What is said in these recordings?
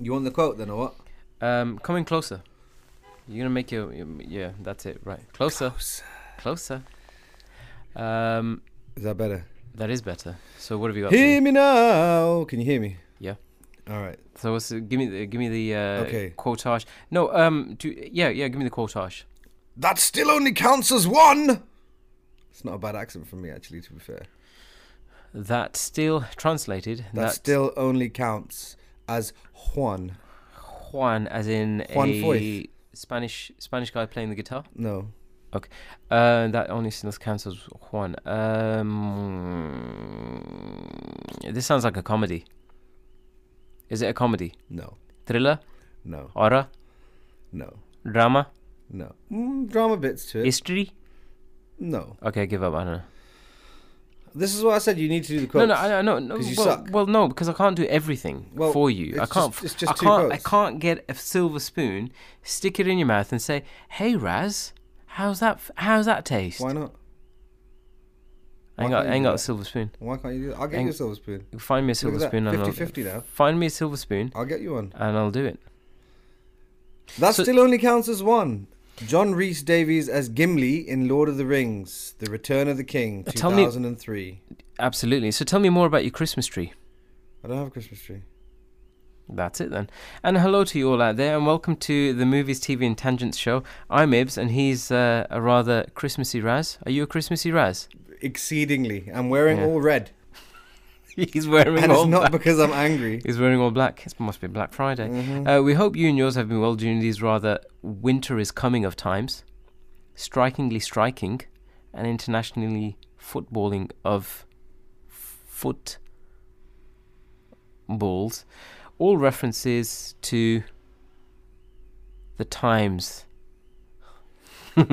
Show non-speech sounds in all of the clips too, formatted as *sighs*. You want the quote then, or what? Um, coming closer. You're gonna make your, your- yeah. That's it. Right, closer, closer. Um, Is that better? that is better. So what have you got? for me? Hear me now. Can you hear me? Yeah. All right. So what's, the- give me the, give me the uh, Okay. quotage. No, um, do, yeah, yeah. Give me the quotage. That still only counts as one. It's not a bad accent for me, actually. To be fair, That still translated. that, still only counts as Juan. Juan, as in Juan a Foyth. Spanish Spanish guy playing the guitar. No, Uh, that only still counts as Juan. Um, this sounds like a comedy. Is it a comedy? no, Thriller, no, horror, no, drama, no. Mm, drama bits to it. history? no. Okay, I give up. I don't know. This is what I said. You need to do the No, quotes. no, I, no, no. 'Cause you well, suck. well, no, because I can't do everything Well, for you. I it's can't. just- it's just I two can't. I votes. can't get a silver spoon, stick it in your mouth, and say, "Hey, Raz, how's that? f- How's that taste?" Why not? I ain't why got. can't I you ain't do got a that? silver spoon. Why can't you do that? I'll get Hang- you a silver spoon. Find me a silver Look at spoon. that. and I'll, 50-50 now. Find me a silver spoon, I'll get you one. and I'll do it. That So- still only counts as one. John Rhys Davies as Gimli in Lord of the Rings: The Return of the King, two Uh, Tell me- thousand and three. Absolutely. So tell me more about your Christmas tree. I don't have a Christmas tree. That's it then. And hello to you all out there, and welcome to the Movies, TV, and Tangents show. I'm Ibs, and he's uh, a rather Christmassy Raz. Are you a Christmassy Raz? *laughs* Exceedingly, I'm wearing Yeah. all *laughs* red, he's wearing and all it's not black. because I'm *laughs* angry. He's wearing all black. It must be Black Friday. Mhm. Uh, we hope you and yours have been well during these rather winter is coming of times, strikingly striking, and internationally footballing of foot balls. All references to the times. *laughs* We're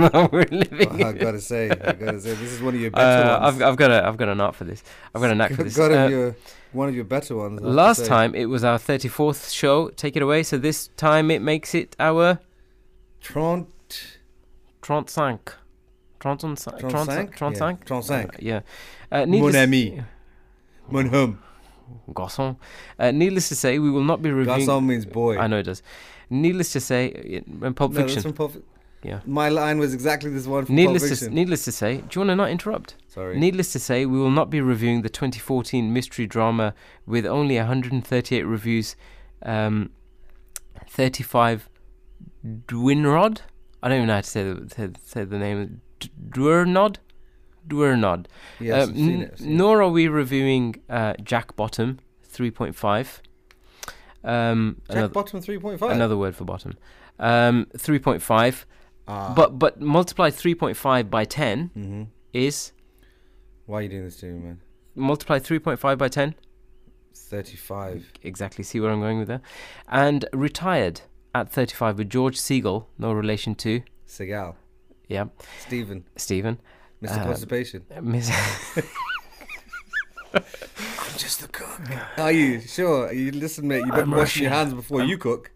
living. I've got to say, I've got to say, this is one of your better Uh, I've, ones. I've got a I've got a knack for this. I've got a knack for this. got Uh, your, one of your better ones. I have to Last say. time it was our 34th show. Take it away. So this time it makes it our Trent 35. 35. 35? 35. Yeah, 35. Uh, Yeah. Uh, Mon needless, ami, mon homme. Garçon. Uh, needless to say, we will not be reviewing. Garçon means boy. I know it does. Needless to say, it- in Pulp No, that's Fiction. from Pulp Fi- Yeah. My line was exactly this one from Needless Pulp to, s- Fiction. needless to say, do you want to not interrupt? Sorry. Needless to say, we will not be reviewing the 2014 mystery drama with only 138 reviews, um, 35 Dwinrod. I don't even know how to say the, say, say the name. D- Dwirnod? Dwirnod. yes, Um, I've seen n- it, I've seen it. nor are we reviewing uh, Jack Bottom 3.5. Um, Jack another, Bottom 3.5. another word for bottom. Um, 3.5. Ah. But, but multiply 3.5 by 10 hmm is. Why are you doing this to me, man? Multiply 3.5 by 10. 35. exactly see where I'm going with that. And retired at 35 with George Siegel, no relation to, Segal. yeah, Stephen. Stephen. Mr. Uh, Constipation. Uh, Miss- *laughs* I'm just the cook. Are you? Sure. You Listen, mate, you better I'm wash your Russian. hands before you cook.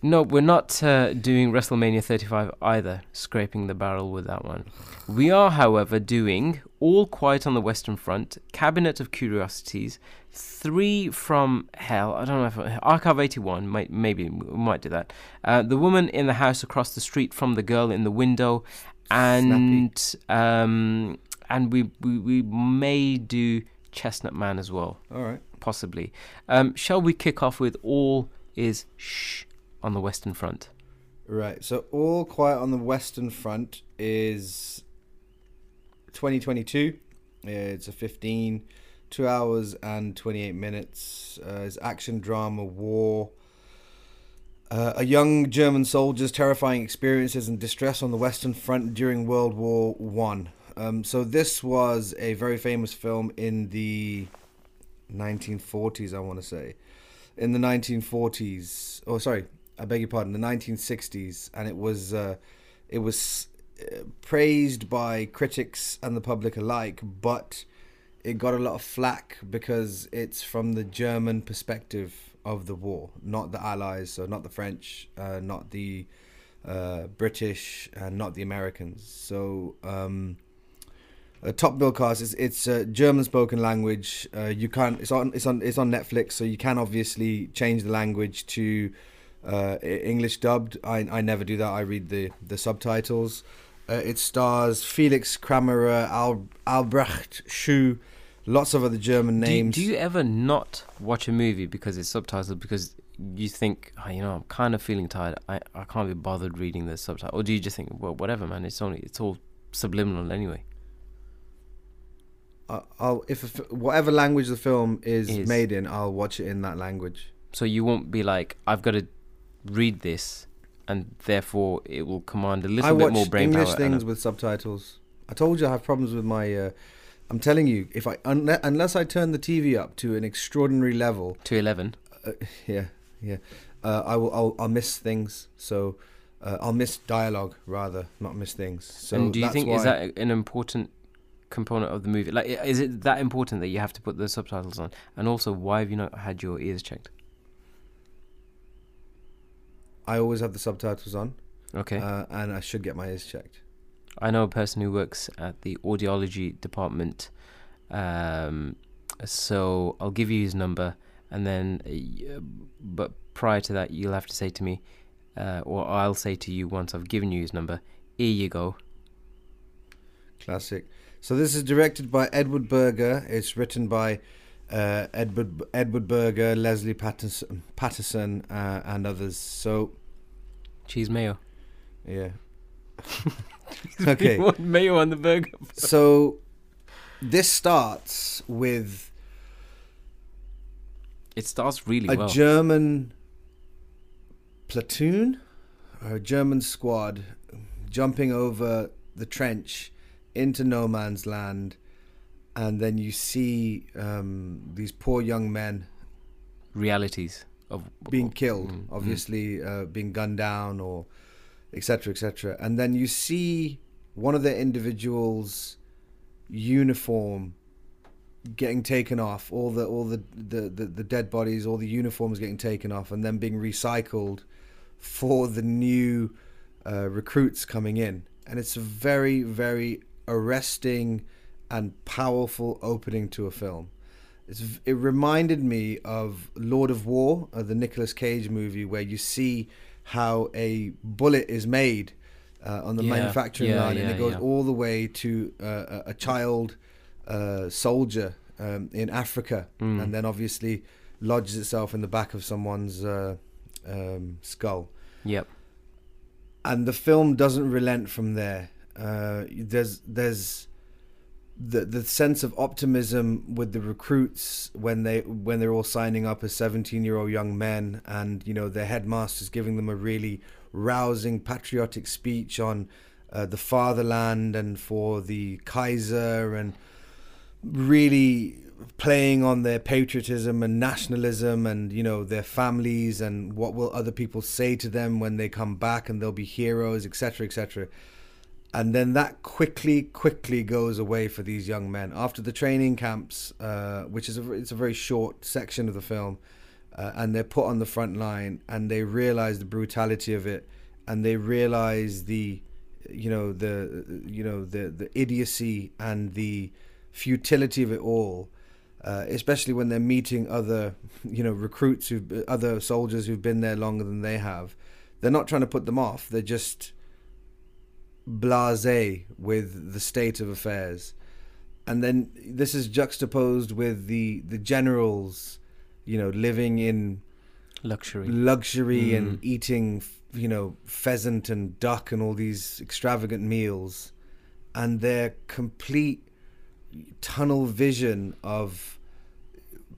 no, we're not uh, doing WrestleMania 35 either, scraping the barrel with that one. We are, however, doing All Quiet on the Western Front, Cabinet of Curiosities, Three from Hell. I don't know if Archive 81, might, maybe we might do that. Uh, the Woman in the House Across the Street from the Girl in the Window, and um, and we, we we may do Chestnut Man as well, All right. possibly. Um, shall we kick off with All Is Shh on the Western Front? Right. So, All Quiet on the Western Front is 2022. Uh, It's a 15, 2 hours and 28 minutes. Uh, it's action, drama, war. Uh, a young German soldier's terrifying experiences and distress on the Western Front during World War One. Um, so this was a very famous film in the 1940s, I want to say, in the 1940s. Oh, sorry, I beg your pardon, the 1960s, and it was uh, it was uh, praised by critics and the public alike, but it got a lot of flack because it's from the German perspective of the war, not the Allies, so not the French, uh, not the uh, British, and not the Americans. So um, Uh, top bill cast. It's it's uh, German spoken language. Uh, you can't. It's on. It's on. It's on Netflix. So you can obviously change the language to uh, E- English dubbed. I I never do that. I read the the subtitles. Uh, it stars Felix Kramerer, Al, Albrecht Schuh, lots of other German Do you, names. do you ever not watch a movie because it's subtitled because you think, oh, you know, I'm kind of feeling tired. I, I can't be bothered reading the subtitle. Or do you just think, well, whatever, man. It's only it's all subliminal anyway. I- I'll if a f whatever language the film is, Is. made in, I'll watch it in that language. So you won't be like, I've got to read this, and therefore it will command a little I bit watch more brain English power. and things with subtitles. I told you I have problems with my. Uh, I'm telling you, if I unle- unless I turn the TV up to an extraordinary level, a- to eleven. uh, yeah, yeah, uh, I will. I'll, I'll miss things. So uh, I'll miss dialogue rather, not miss things. So and do you that's think why, is that an important component of the movie? Like, i- is it that important that you have to put the subtitles on? And also, why have you not had your ears checked? I always have the subtitles on, Okay. uh, and I should get my ears checked. I know a person who works at the audiology department. Um, so I'll give you his number, and then, uh, y- but prior to that, you'll have to say to me, uh, or I'll say to you once I've given you his number, here you go. Classic. So this is directed by Edward Berger. It's written by uh, Edward Edward Berger, Leslie Patterson, Patterson uh, and others. So Cheese mayo. *laughs* yeah. okay. You want *laughs* mayo on the burger. *laughs* So this starts with It starts really a well. German platoon or a German squad jumping over the trench into no man's land, and then you see um, these poor young men Realities of being killed, Mm, mm. obviously uh, being gunned down or etc. etc. And then you see one of the individuals' uniform getting taken off, all the all the the, the, the dead bodies, all the uniforms getting taken off, and then being recycled for the new uh, recruits coming in. And it's a very very arresting and powerful opening to a film. It's, v- it reminded me of Lord of War, uh, the Nicolas Cage movie, where you see how a bullet is made uh, on the Yeah, manufacturing yeah, line, and yeah, it goes yeah. all the way to uh, a- a child uh, soldier um, in Africa, and then obviously lodges itself in the back of someone's uh, um, skull Yep. and the film doesn't relent from there. Uh, there's there's the the sense of optimism with the recruits when they when they're all signing up as 17 year old young men, and you know their headmaster's giving them a really rousing patriotic speech on uh, the fatherland and for the Kaiser and really playing on their patriotism and nationalism and you know their families and what will other people say to them when they come back and they'll be heroes etc etc and then that quickly quickly goes away for these young men after the training camps uh, which is a, it's a very short section of the film uh, and they're put on the front line and they realize the brutality of it and they realize the you know the you know the the idiocy and the futility of it all uh, especially when they're meeting other *laughs* you know recruits who other soldiers who've been there longer than they have they're not trying to put them off they're just blasé with the state of affairs and then this is juxtaposed with the the generals you know living in Luxury. luxury Mm. and eating f- you know pheasant and duck and all these extravagant meals and their complete tunnel vision of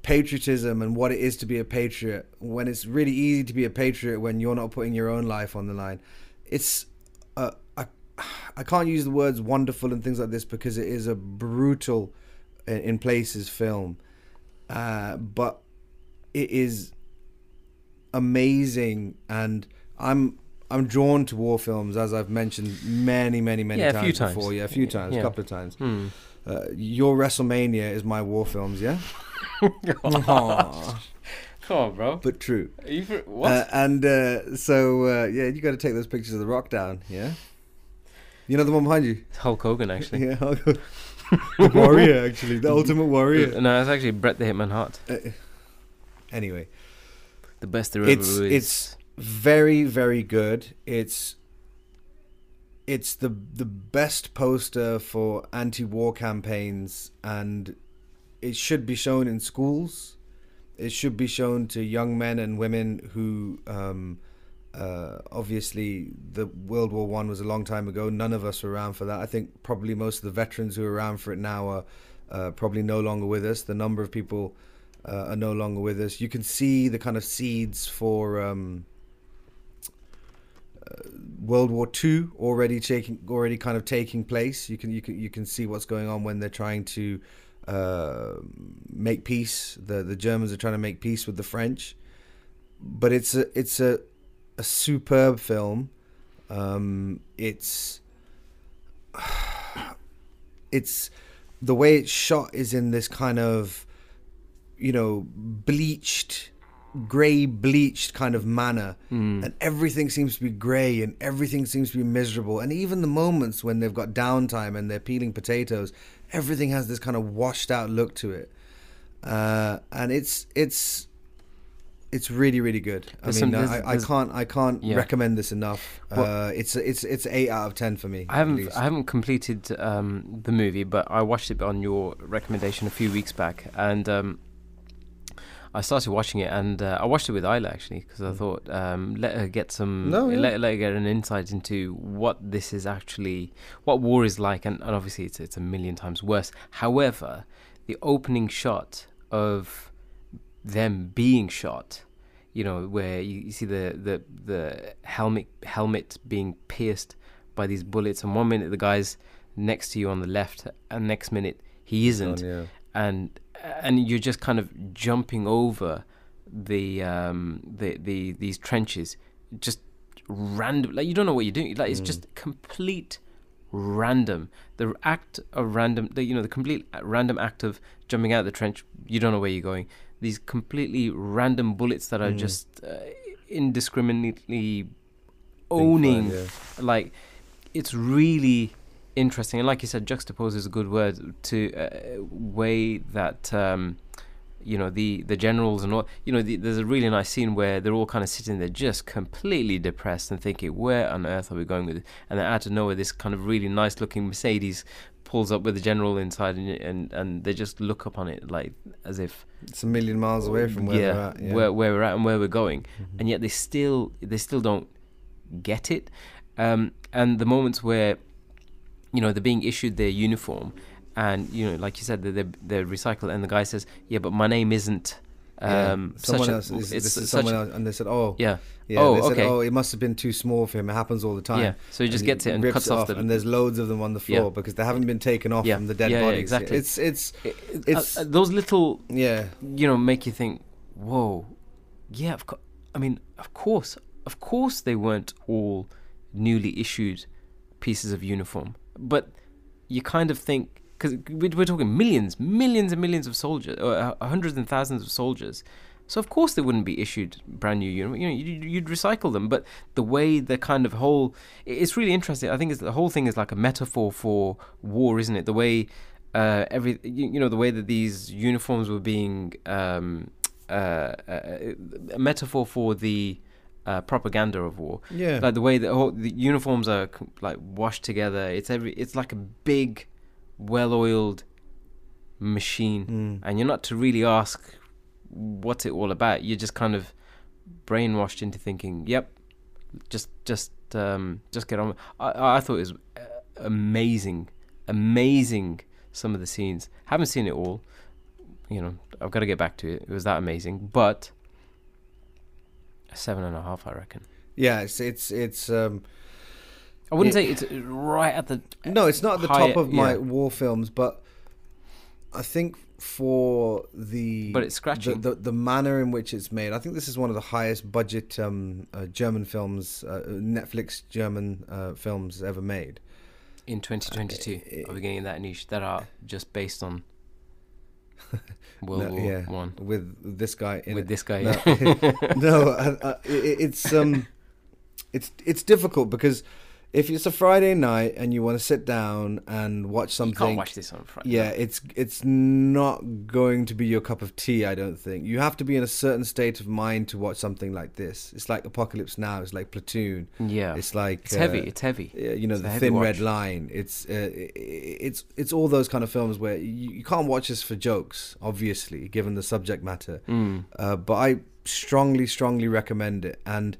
patriotism and what it is to be a patriot when it's really easy to be a patriot when you're not putting your own life on the line it's uh, I, I can't use the words wonderful and things like this because it is a brutal uh, in places film uh, but it is amazing and i'm i'm drawn to war films as i've mentioned many many many Yeah, a times, few times. before yeah a few times Yeah. a couple of times *laughs* Hmm. uh, your wrestlemania is my war films *laughs* yeah Aw, Come on, bro. but true Are you for, what? Uh, and uh, so uh, yeah you got to take those pictures of the rock down yeah you know the one behind you Hulk Hogan, *laughs* actually. yeah I'll go- the Warrior, actually, the Ultimate Warrior. *laughs* No, it's actually Bret the Hitman Hart. Anyway, The best there It's- ever is. it's- very very good. It's it's the the best poster for anti-war campaigns, and it should be shown in schools. It should be shown to young men and women who, um, uh, obviously, the World War One was a long time ago. None of us were around for that. I think probably most of the veterans who are around for it now are uh, probably no longer with us. The number of people uh, are no longer with us. You can see the kind of seeds for um, uh, World War Two already taking already kind of taking place. You can you can you can see what's going on when they're trying to uh, make peace. The the Germans are trying to make peace with the French, but it's a it's a a superb film. Um, it's it's the way it's shot is in this kind of you know, bleached, grey bleached kind of manner. Hmm. And everything seems to be grey and everything seems to be miserable. And even the moments when they've got downtime and they're peeling potatoes, everything has this kind of washed out look to it. Uh, and it's it's it's really really good. I There's mean, some- I- there's- I, there's- can't I can't Yeah. recommend this enough. Well- uh, it's it's it's eight out of ten for me. I at haven't least. I haven't completed um, the movie, but I watched it on your recommendation a few weeks back, and um, I started watching it, and uh, I watched it with Isla actually because I thought um, let her get some Hmm. No, yeah. let, let her get an insight into what this is actually what war is like, and, and obviously it's it's a million times worse. However, the opening shot of them being shot you know, where you, you see the, the the helmet helmet being pierced by these bullets, and one minute the guy's next to you on the left, and next minute he isn't, yeah. and and you're just kind of jumping over the um the, the these trenches, just random, like you don't know what you're doing, like it's just complete random the act of random the you know the complete random act of jumping out of the trench you don't know where you're going these completely random bullets that are just uh, indiscriminately owning yeah. like it's really interesting and like you said juxtapose is a good word to uh, way that um you know the the generals and all you know the, there's a really nice scene where they're all kind of sitting there just completely depressed and thinking where on earth are we going with this and then out of nowhere this kind of really nice looking mercedes pulls up with the general inside and and, and they just look up on it like as if It's a million miles away from where yeah, we're at. Yeah. Mm-hmm. where where we're at and where we're going, and yet they still they still don't get it. Um, and the moments where you know they're being issued their uniform, and you know, like you said, they're they're, they're recycled, and the guy says, "Yeah, but my name isn't." Yeah. Um, someone such else. A, This, it's this is such, someone else, and they said, "Oh, Yeah. yeah." Oh, they said, okay. "Oh, it must have been too small for him. It happens all the time." Yeah. So he just gets it and rips cuts off the- and there's loads of them on the Yeah. floor because they haven't been taken off Yeah. from the dead Yeah, yeah, bodies. exactly. It's it's It- it- it's uh, uh, those little yeah. you know make you think, "Whoa, yeah." Of co- I mean, of course, of course, they weren't all newly issued pieces of uniform, but you kind of think because we're talking millions, millions and millions of soldiers, or uh, hundreds and thousands of soldiers. So of course they wouldn't be issued brand new uniform. You know, you'd, you'd recycle them. But the way the kind of whole, i- it's really interesting. I think it's, the whole thing is like a metaphor for war, isn't it? The way uh, every, you, you know, the way that these uniforms were being um, uh, uh, a metaphor for the uh, propaganda of war Yeah. like the way that all the uniforms are c- like washed together it's every it's like a big well-oiled machine Mm. and you're not to really ask what's it all about you're just kind of brainwashed into thinking yep just just um just get on with-" i i thought it was uh, amazing amazing some of the scenes haven't seen it all you know i've got to get back to it it was that amazing but a seven and a half i reckon Yeah, it's it's it's um I wouldn't Yeah. say it's right at the. no, it's not at uh, the high- top of my yeah. war films, but I think for the But it's scratching. the, the the manner in which it's made. I think this is one of the highest budget um, uh, German films, uh, Netflix German uh, films ever made. In Uh, 2022, are we getting that niche that are just based *laughs* on World No, War yeah, Oh, One with this guy in with it. this guy? No, *laughs* uh, no I, I, it, it's um, it's it's difficult because If it's a Friday night and you want to sit down and watch You something, can't watch this on Friday. yeah, it's it's not going to be your cup of tea. I don't think you have to be in a certain state of mind to watch something like this. It's like Apocalypse Now. It's like Platoon. Mm, Yeah. It's like It's heavy. uh, It's heavy. yeah, you know It's a the heavy thin watch. red line it's uh, i- i- it's it's all those kind of films where you, you can't watch this for jokes obviously given the subject matter Hmm. uh, but i strongly strongly recommend it and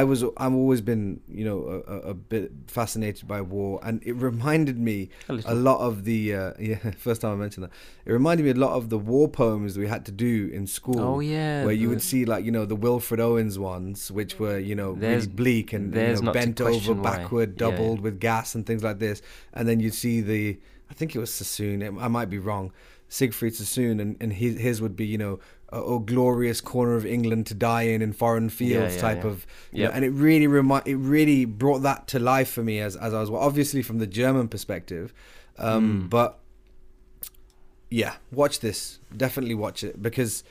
i was i've always been you know a, a- a bit fascinated by war and it reminded me A a, little. lot of the uh, *laughs* yeah first time i mentioned that it reminded me a lot of the war poems we had to do in school Oh, yeah, where you the- would see like you know the wilfred owens ones which were you know There's- really bleak and you there's know, not to bent over question why. backward Yeah, yeah. doubled with gas and things like this. And then you'd see the, I think it was Sassoon, it- I might be wrong, Siegfried Sassoon, and, and his, his would be, you know, oh, glorious corner of England to die in, in foreign fields yeah, type yeah. of, you know, Yep. and it really remi- it really brought that to life for me as, as I was, well, obviously from the German perspective, Hmm. um, but yeah, watch this, definitely watch it because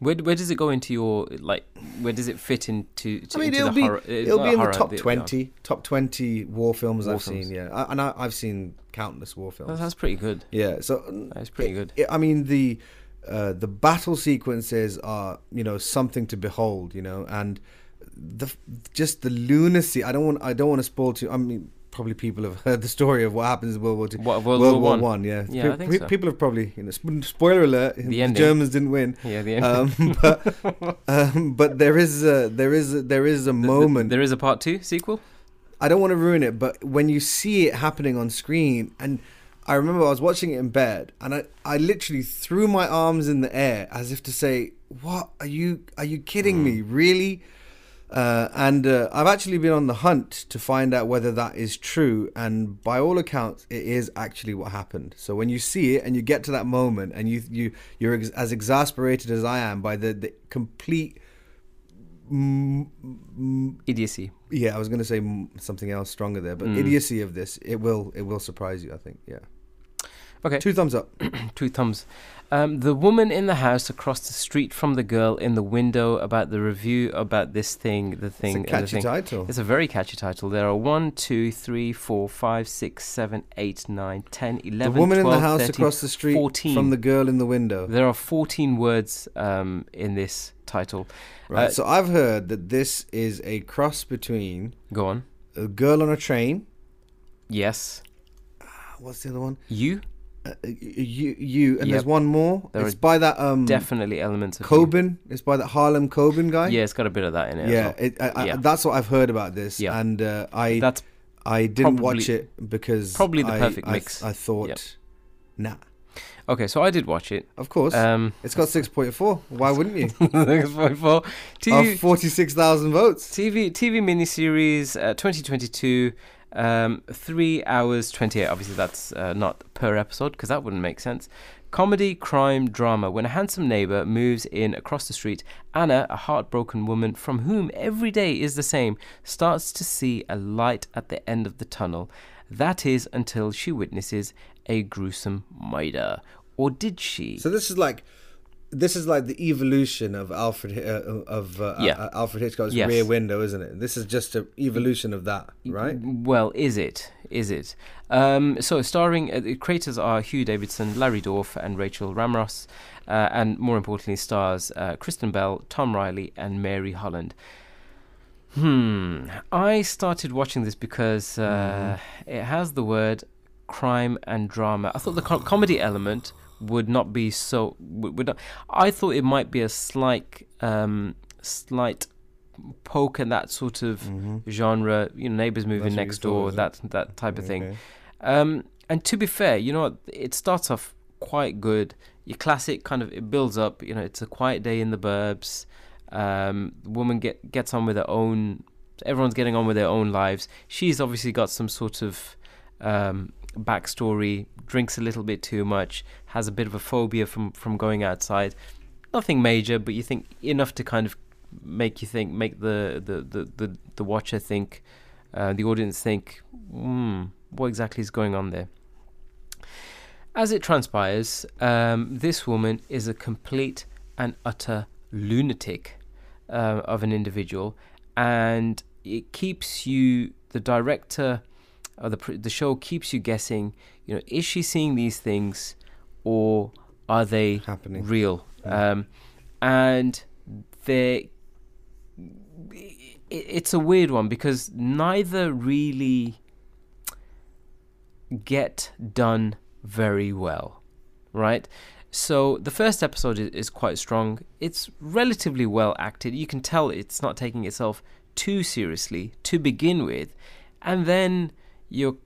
Where, where does it go into your like? Where does it fit into? To, I mean, into it'll the be horror? it's it'll not be a in horror, the top the- twenty, top twenty war films War I've films. seen. Yeah, I, and I, I've seen countless war films. Oh, that's pretty good. yeah, so That's pretty good. it- I mean the uh, the battle sequences are you know something to behold, you know, and the just the lunacy. I don't want I don't want to spoil too. I mean, probably people have *laughs* heard the story of what happens in World War Two. What, World, War One. One, yeah, Yeah, I think so. People have probably you know sp- spoiler alert. The, ending. Germans didn't win. Yeah, the end. Um, *laughs* but um, but there is a there is a, there is a Th- th- moment there is a part two sequel. I don't want to ruin it, but when you see it happening on screen, and I remember I was watching it in bed, and I, I literally threw my arms in the air as if to say, "What are you? Are you kidding me? Really?" Uh, and uh, I've actually been on the hunt to find out whether that is true, and by all accounts, it is actually what happened. So when you see it and you get to that moment, and you you you're ex- as exasperated as I am by the the complete. mm, mm, Idiocy. yeah, I was going to say m- something else stronger there, Mm. but idiocy of this, it will it will surprise you. I think. Yeah. Okay. Two thumbs up. Two thumbs. Um, the woman in the house across the street from the girl in the window about the review about this thing, the thing, it's a and the catchy thing. title. It's a very catchy title. There are one, two, three, four, five, six, seven, eight, nine, ten, The eleven, woman in the 12, house 13. across the street 14. from the girl in the window. There are 14 words um, in this title. Right. Uh, so I've heard that this is a cross between Go on. a girl on a train. Yes. ah, What's the other one? You? Uh, y- you, you, and Yep. there's one more. There it's are by that um Definitely elements of. you. Coben. It's by that Harlem Coben guy. Yeah, it's got a bit of that in it. as Yeah, well. it, I, I, Yeah. that's what I've heard about this, Yeah. and uh, I That's I didn't watch probably- it because probably the I- perfect I- mix. I thought, Yep. nah, okay. So I did watch *laughs* it. Of course. Um, *laughs* it's got 6.4. Why wouldn't you? thanks for- for of TV 46,000 votes. TV TV miniseries uh, 2022, um, three hours 28. Obviously, that's uh, not per episode because that wouldn't make sense. Comedy, crime, drama. When a handsome neighbor moves in across the street, Anna, a heartbroken woman from whom every day is the same, starts to see a light at the end of the tunnel. That is until she witnesses a gruesome murder. Or did she? So this is like this is like the evolution of Alfred Hi- uh, of uh, Yeah. uh, Alfred Hitchcock's Yes. Rear Window, isn't it? This is just an evolution of that, right? Well, is it? Is it? Um, so, starring uh, the creators are Hugh Davidson, Larry Dorff, and Rachel Ramros, uh, and more importantly, stars uh, Kristen Bell, Tom Riley, and Mary Holland. Hmm. I started watching this because uh, it has the word crime and drama. I thought the co- comedy element would not be so. Would, would not, I thought it might be a slight, um, slight poke at that sort of Mm-hmm. genre. You know, neighbors moving That's what you next thought, door, is it? that that type of thing. Okay. Um, and to be fair, you know, what, it starts off quite good. Your classic kind of it builds up. You know, it's a quiet day in the burbs. Um, the woman get gets on with her own. Everyone's getting on with their own lives. She's obviously got some sort of um, backstory. Drinks a little bit too much. Has a bit of a phobia from from going outside. Nothing major, but you think enough to kind of make you think, make the the the the, the watcher think, uh, the audience think, hmm, what exactly is going on there? As it transpires, um, this woman is a complete and utter lunatic uh, of an individual, and it keeps you the director of the pr- the show keeps you guessing. You know, is she seeing these things, or are they happening. real? Yeah. Um, and they, it, it's a weird one because neither really get done very well, right? So the first episode is, is quite strong. It's relatively well acted. You can tell it's not taking itself too seriously to begin with, and then you're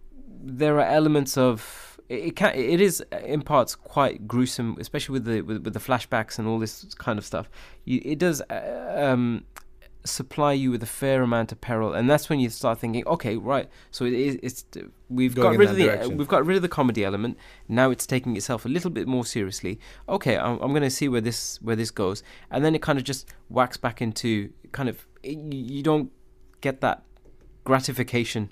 there are elements of it it can it is uh, in parts quite gruesome, especially with the with, with the flashbacks and all this kind of stuff. You, it does uh, um, supply you with a fair amount of peril, and that's when you start thinking, okay, right. So it is it's we've Going got in rid of that the direction. we've got rid of the comedy element. Now it's taking itself a little bit more seriously. Okay, I'm, I'm going to see where this where this goes, and then it kind of just whacks back into kind of it, you don't get that gratification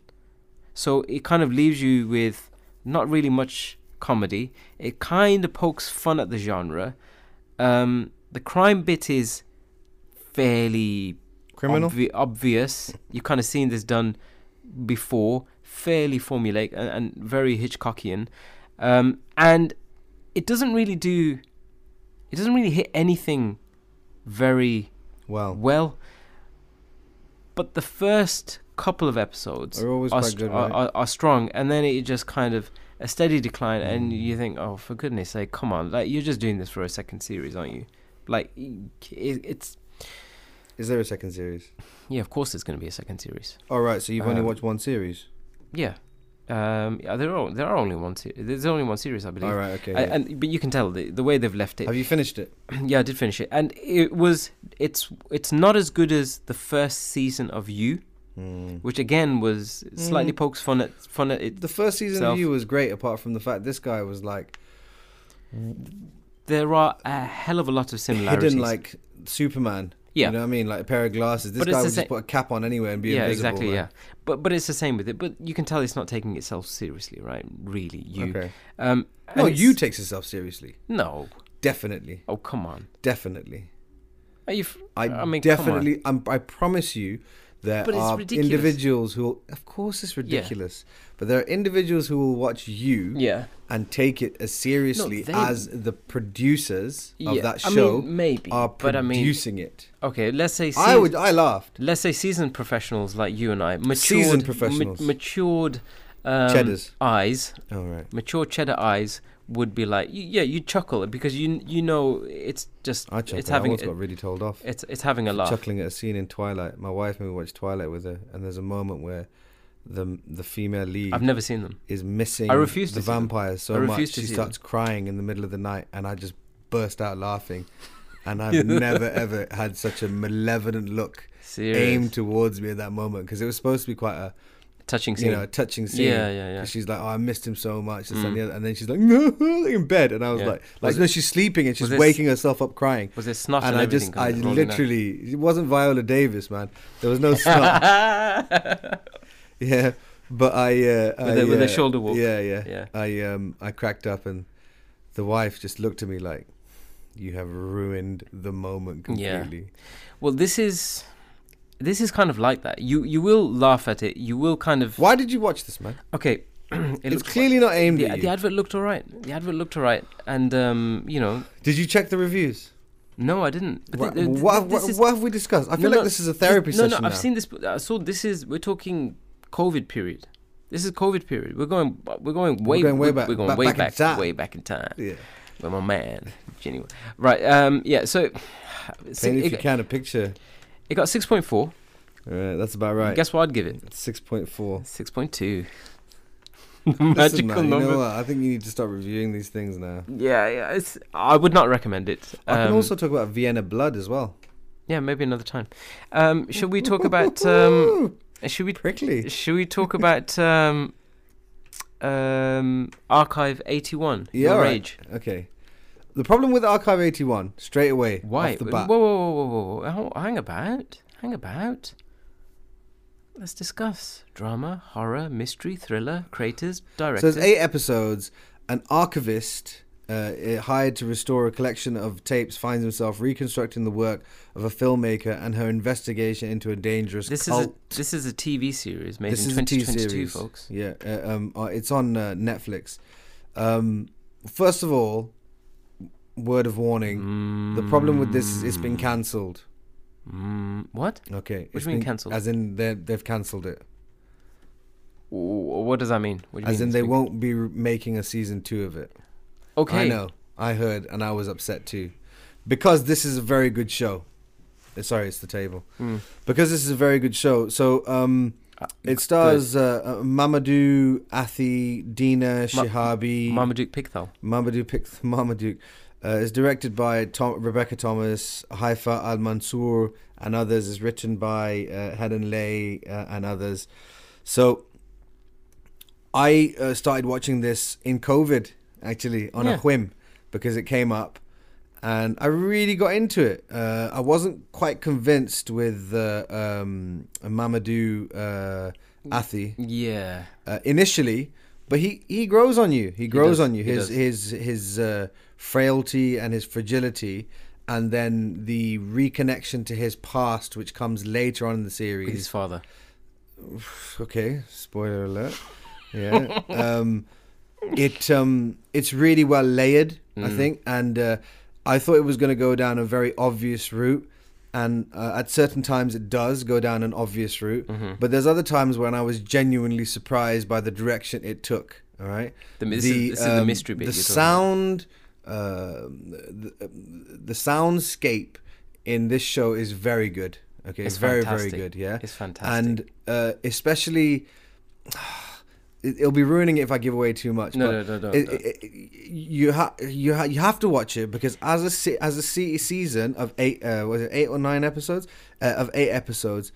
so it kind of leaves you with not really much comedy. It kind of pokes fun at the genre. Um, the crime bit is fairly Criminal. obvi- obvious. You've kind of seen this done before, fairly formulaic and, and very Hitchcockian. Um, and it doesn't really do, it doesn't really hit anything very Well, well. But the first couple of episodes are always are, quite st- good, are, right? are, are strong, and then it just kind of a steady decline, and Mm. you think, oh, for goodness sake, come on, like you're just doing this for a second series, aren't you? Like, y- it, it's Is there a second series? yeah, of course, there's going to be a second series. All right. So you've only Um, watched one series. Yeah, um, yeah, there are there are only one se- there's only one series, I believe. All right. Okay. I- yeah. and but you can tell the, the way they've left it. Have you finished it? *clears throat* yeah, I did finish it, and it was it's it's not as good as the first season of You. Mm. which again was slightly Mm. pokes fun at fun at it. The first season Self- of you was great, apart from the fact this guy was like There are a hell of a lot of *laughs* similarities. hidden like Superman. yeah, You know what I mean? Like a pair of glasses. This But it's guy the would same- just put a cap on anywhere and be yeah, invisible. exactly, yeah. man. But but it's the same with it. But you can tell it's not taking itself seriously, right? Really, you. Okay. Um, and No, it's- you takes itself seriously. no. Definitely. Oh come on. Definitely. Are you? F- I, I mean, come on. definitely. I'm, I promise you, there But it's are ridiculous. individuals who. Will, of course, it's ridiculous. But there are individuals who will watch you Yeah. and take it as seriously they- as the producers of yeah. that I show mean, maybe. are but I mean, producing it. okay. Let's say. I seas- would. I laughed. Let's say seasoned professionals like you and I, matured, Seasoned ma- professionals. matured um, Cheddars. eyes, All right. mature cheddar eyes would be like, you, yeah, you chuckle because you you know it's just I chuckled. it's I having almost got really told off. it's it's having a laugh. chuckling at a scene in Twilight. My wife made me watch Twilight with her, and there's a moment where the the female lead I've never seen them. is missing I refuse the to see them. vampire so I much. refuse to She see starts crying in the middle of the night, and I just burst out *laughs* laughing. And I've never ever had such a malevolent look Serious aimed towards me at that moment because it was supposed to be quite a touching you scene. know a touching scene. yeah, yeah, yeah. 'Cause She's like, oh, I missed him so much, this, that, and, Mm. the other. and then she's like, *laughs* no, in bed, and I was Yeah. like, like Was no, she's sleeping and she's this- waking herself up crying Was there snot and, and I everything? just, I coming- rolling out? literally, it wasn't Viola Davis, man. There was no *laughs* snot. yeah, but I, uh, With I, a- with a uh, shoulder walk. Yeah, yeah, yeah. I, um, I cracked up, and the wife just looked at me like, "You have ruined the moment Yeah. completely." *laughs* Well, this is this is kind of like that. You you will laugh at it. You will kind of Why did you watch this, man? okay. *clears throat* it it's looks clearly not aimed the, at you. the advert looked alright. The advert looked alright, and um, you know, did you check the reviews? no, I didn't. But What, th- th- what, this what, is- what have we discussed? I feel No, like no, this is a therapy no, session. No, I've now. seen this. I saw this is we're talking COVID period. This is COVID period. We're going. We're going way. going way back- We're going back- way back in back. time. way back in time. Yeah. With my man, Jenny. Right. Um. Yeah. So. si- Paint if you It, can a picture. it got six point four. All right, that's about right. Guess what I'd give it? Six point four. Six point two. Listen, *laughs* Magical man, you number. know what? I think you need to start reviewing these things now. yeah, yeah. It's, I would not recommend it. I can Um, also talk about Vienna Blood as well. Yeah, maybe another time. Um, should we talk about? Um, *laughs* should we Prickly. Should we talk about um, um, Archive 81? Yeah, Your alright. Rage. Okay. The problem with Archive 81, straight away, Why? off the Whoa, bat. whoa, whoa, whoa, whoa, whoa. Ho- Hang about. Hang about. Let's discuss drama, horror, mystery, thriller, creators, so directors. there's eight episodes. An archivist uh, it hired to restore a collection of tapes, finds himself reconstructing the work of a filmmaker and her investigation into a dangerous This is cult. a this is a TV series made This in is a T 2022, series. folks. Yeah, uh, um, uh, it's on uh, Netflix. Um, first of all, word of warning: the problem with this is it's been cancelled. Mm, what? Okay, What it's do you mean been- cancelled? As in they they've cancelled it. Wh- What does that mean? What do you As mean in it's they been- won't be re- making a season two of it. Okay. I know. I heard, and I was upset too, because this is a very good show. Uh, Sorry, it's the table. Mm. Because this is a very good show. So um, Uh, it stars uh, uh, Mamadou Athi, Dina Ma- Shihabi, Marmaduke Pigthal. Mamadou *laughs* Pix Marmaduke uh, is directed by Tom, Rebecca Thomas, Haifa Al Mansour, and others. Is written by uh, Helen Lay uh, and others. So I uh, started watching this in COVID, actually, on a Yeah. whim because it came up. And I really got into it. Uh, I wasn't quite convinced with uh, um, Mamadou uh, Athi Yeah. uh, initially, but he, he grows on you. He grows does, on you. he His does. his his uh, frailty and his fragility, and then the reconnection to his past, which comes later on in the With series. his father. Okay, spoiler alert. *laughs* Yeah, um, it um, it's really well layered, I Mm. think, and uh, I thought it was going to go down a very obvious route. And uh, at certain times, it does go down an obvious route, Mm-hmm. but there's other times when I was genuinely surprised by the direction it took. All right, The- this is- this is the mystery bit The you're talking about. sound, um, the, um, the soundscape in this show is very good. Okay, It's very fantastic. very good. Yeah, It's fantastic. And uh, especially, *sighs* it, it'll be ruining it if I give away too much. No, but no, no, no, it- no. it- it- you ha- you ha- you have to watch it because as a se- as a se- season of eight uh, was it eight or nine episodes uh, of eight episodes,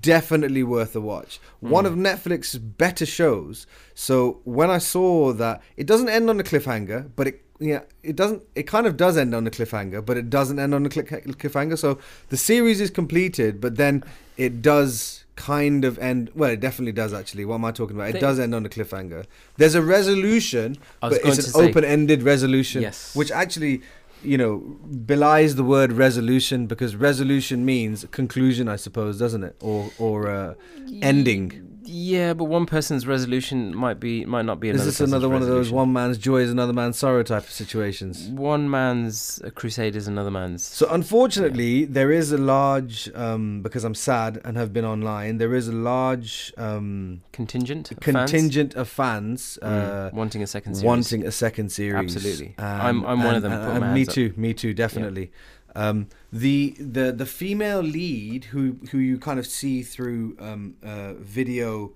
definitely worth a watch. One of Netflix's better shows. So when I saw that, it doesn't end on a cliffhanger, but it. Yeah, it doesn't. It kind of does end on a cliffhanger, but it doesn't end on a click- cliffhanger. So the series is completed, but then it does kind of end. Well, it definitely does actually. What am I talking about? It They- does end on a cliffhanger. There's a resolution, I was but it's going an to say- open-ended resolution, Yes. which actually, you know, belies the word resolution because resolution means conclusion, I suppose, doesn't it, or or uh, ending? Yeah, but one person's resolution might be might not be Is another. this person's another one of those resolution. one man's joy is another man's sorrow type of situations? One man's crusade is another man's. So unfortunately, there is a large um, because I'm sad and have been online. There is a large um, Contingent. of fans? contingent of fans. Uh, Mm, wanting a second series. wanting a second series. Um, Absolutely. I'm- I'm one of them. And, Put my and me hands up. too. Me too. Definitely. Um, the the the female lead who who you kind of see through um, uh, video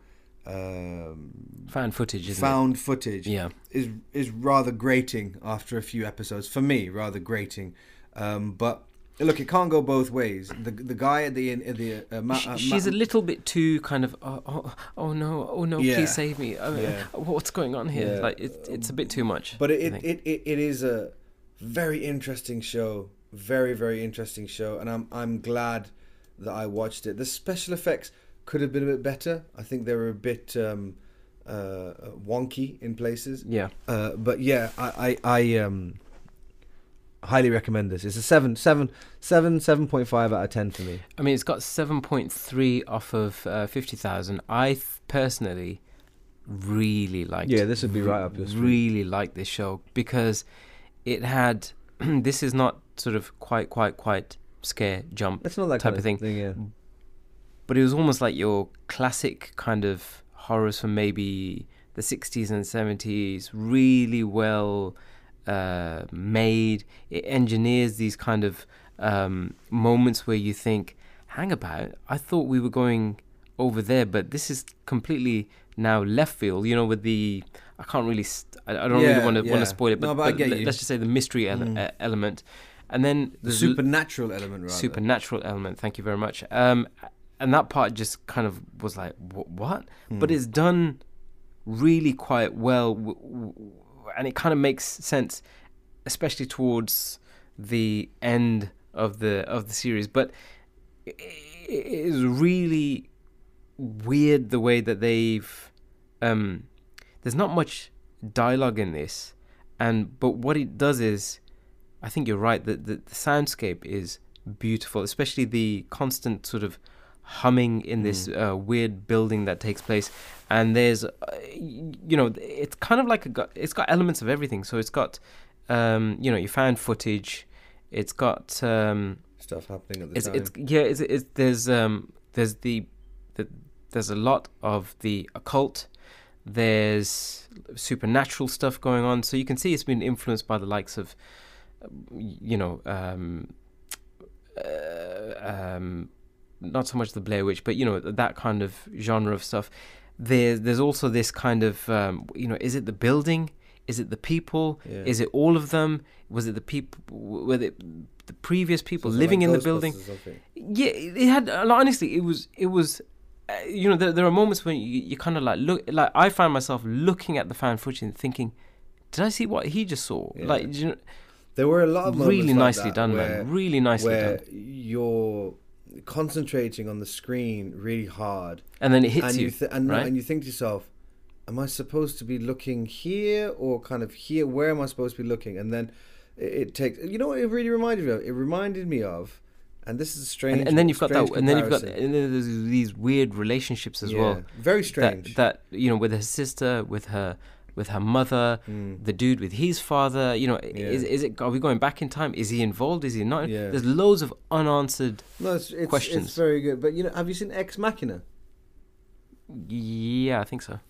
um, fan footage, isn't found footage it? Yeah. is is rather grating after a few episodes for me. Rather grating, um, but. Look, it can't go both ways. The the guy at the in at the uh, ma- Sh- uh, she's ma- a little bit too kind of oh, oh, oh no oh no Yeah. please save me oh, Yeah. *laughs* what's going on here Yeah. like it, it's a bit too much But I it think. it, it, it it is a very interesting show, very very interesting show, and I'm I'm glad that I watched it. The special effects could have been a bit better. I think they were a bit um, uh, wonky in places. yeah Uh, but yeah, I I, I um, highly recommend this. It's a seven seven seven seven point five out of ten for me. I mean it's got 7.3 off of uh, 50,000 I th- personally really liked Yeah, this would be right up your street. really liked this show because it had *clears throat* this is not sort of quite quite quite scare jump It's not that Type kind of thing. yeah. but it was almost like your classic kind of horrors from maybe the 60s and 70s really well uh, made it engineers these kind of um, moments where you think hang about i thought we were going over there but this is completely now left field you know with the i can't really st- I, I don't Yeah, really want to want yeah. to spoil it but, No, but I get le- you. let's just say the mystery ele- Mm. uh, element and then The there's l- supernatural element, rather. supernatural element. Thank you very much. Um, and that part just kind of was like, "Wha- what? But it's done really quite well, w- w- and it kind of makes sense, especially towards the end of the of the series. But i- i- it is really weird the way that they've. Um, there's not much dialogue in this, and but what it does is, I think you're right that the, the soundscape is beautiful, especially the constant sort of humming in this uh, weird building that takes place and there's uh, y- you know it's kind of like a, gu- it's got elements of everything so it's got um you know you found footage it's got um Stuff happening at the it's, time. it's yeah it's, it's there's um there's the, the there's a lot of the occult there's supernatural stuff going on so you can see it's been influenced by the likes of uh, you know um uh, um not so much the Blair Witch but you know that kind of genre of stuff there's there's also this kind of um, you know is it the building is it the people Yeah. is it all of them was it the people were it the previous people Something living like in the building Ghostbusters or something. yeah, it it had. uh, like, Honestly, it was. It was. Uh, you know, there, there are moments when you, you kind of like look. Like I find myself looking at the fan footage and thinking, "Did I see what he just saw?" Yeah. Like, do you know, There were a lot of moments really like nicely that done, where- man. Really nicely where done. you're concentrating on the screen really hard And then it hits and you. thi- and, right? and you think to yourself am i supposed to be looking here or kind of here where am i supposed to be looking and then it, it takes you know what it really reminded me of it reminded me of and this is a strange and, and then you've got that. strange And then you've got. comparison. And then there's these weird relationships as well. Yeah, very strange That, that you know, with her sister, with her, with her mother, the dude with his father. You know, i- Mm. Yeah. is is it? Are we going back in time? Is he involved? Is he not? Yeah. There's loads of unanswered. no it's, it's, it's questions. very good but you know have you seen ex machina Yeah, I think so.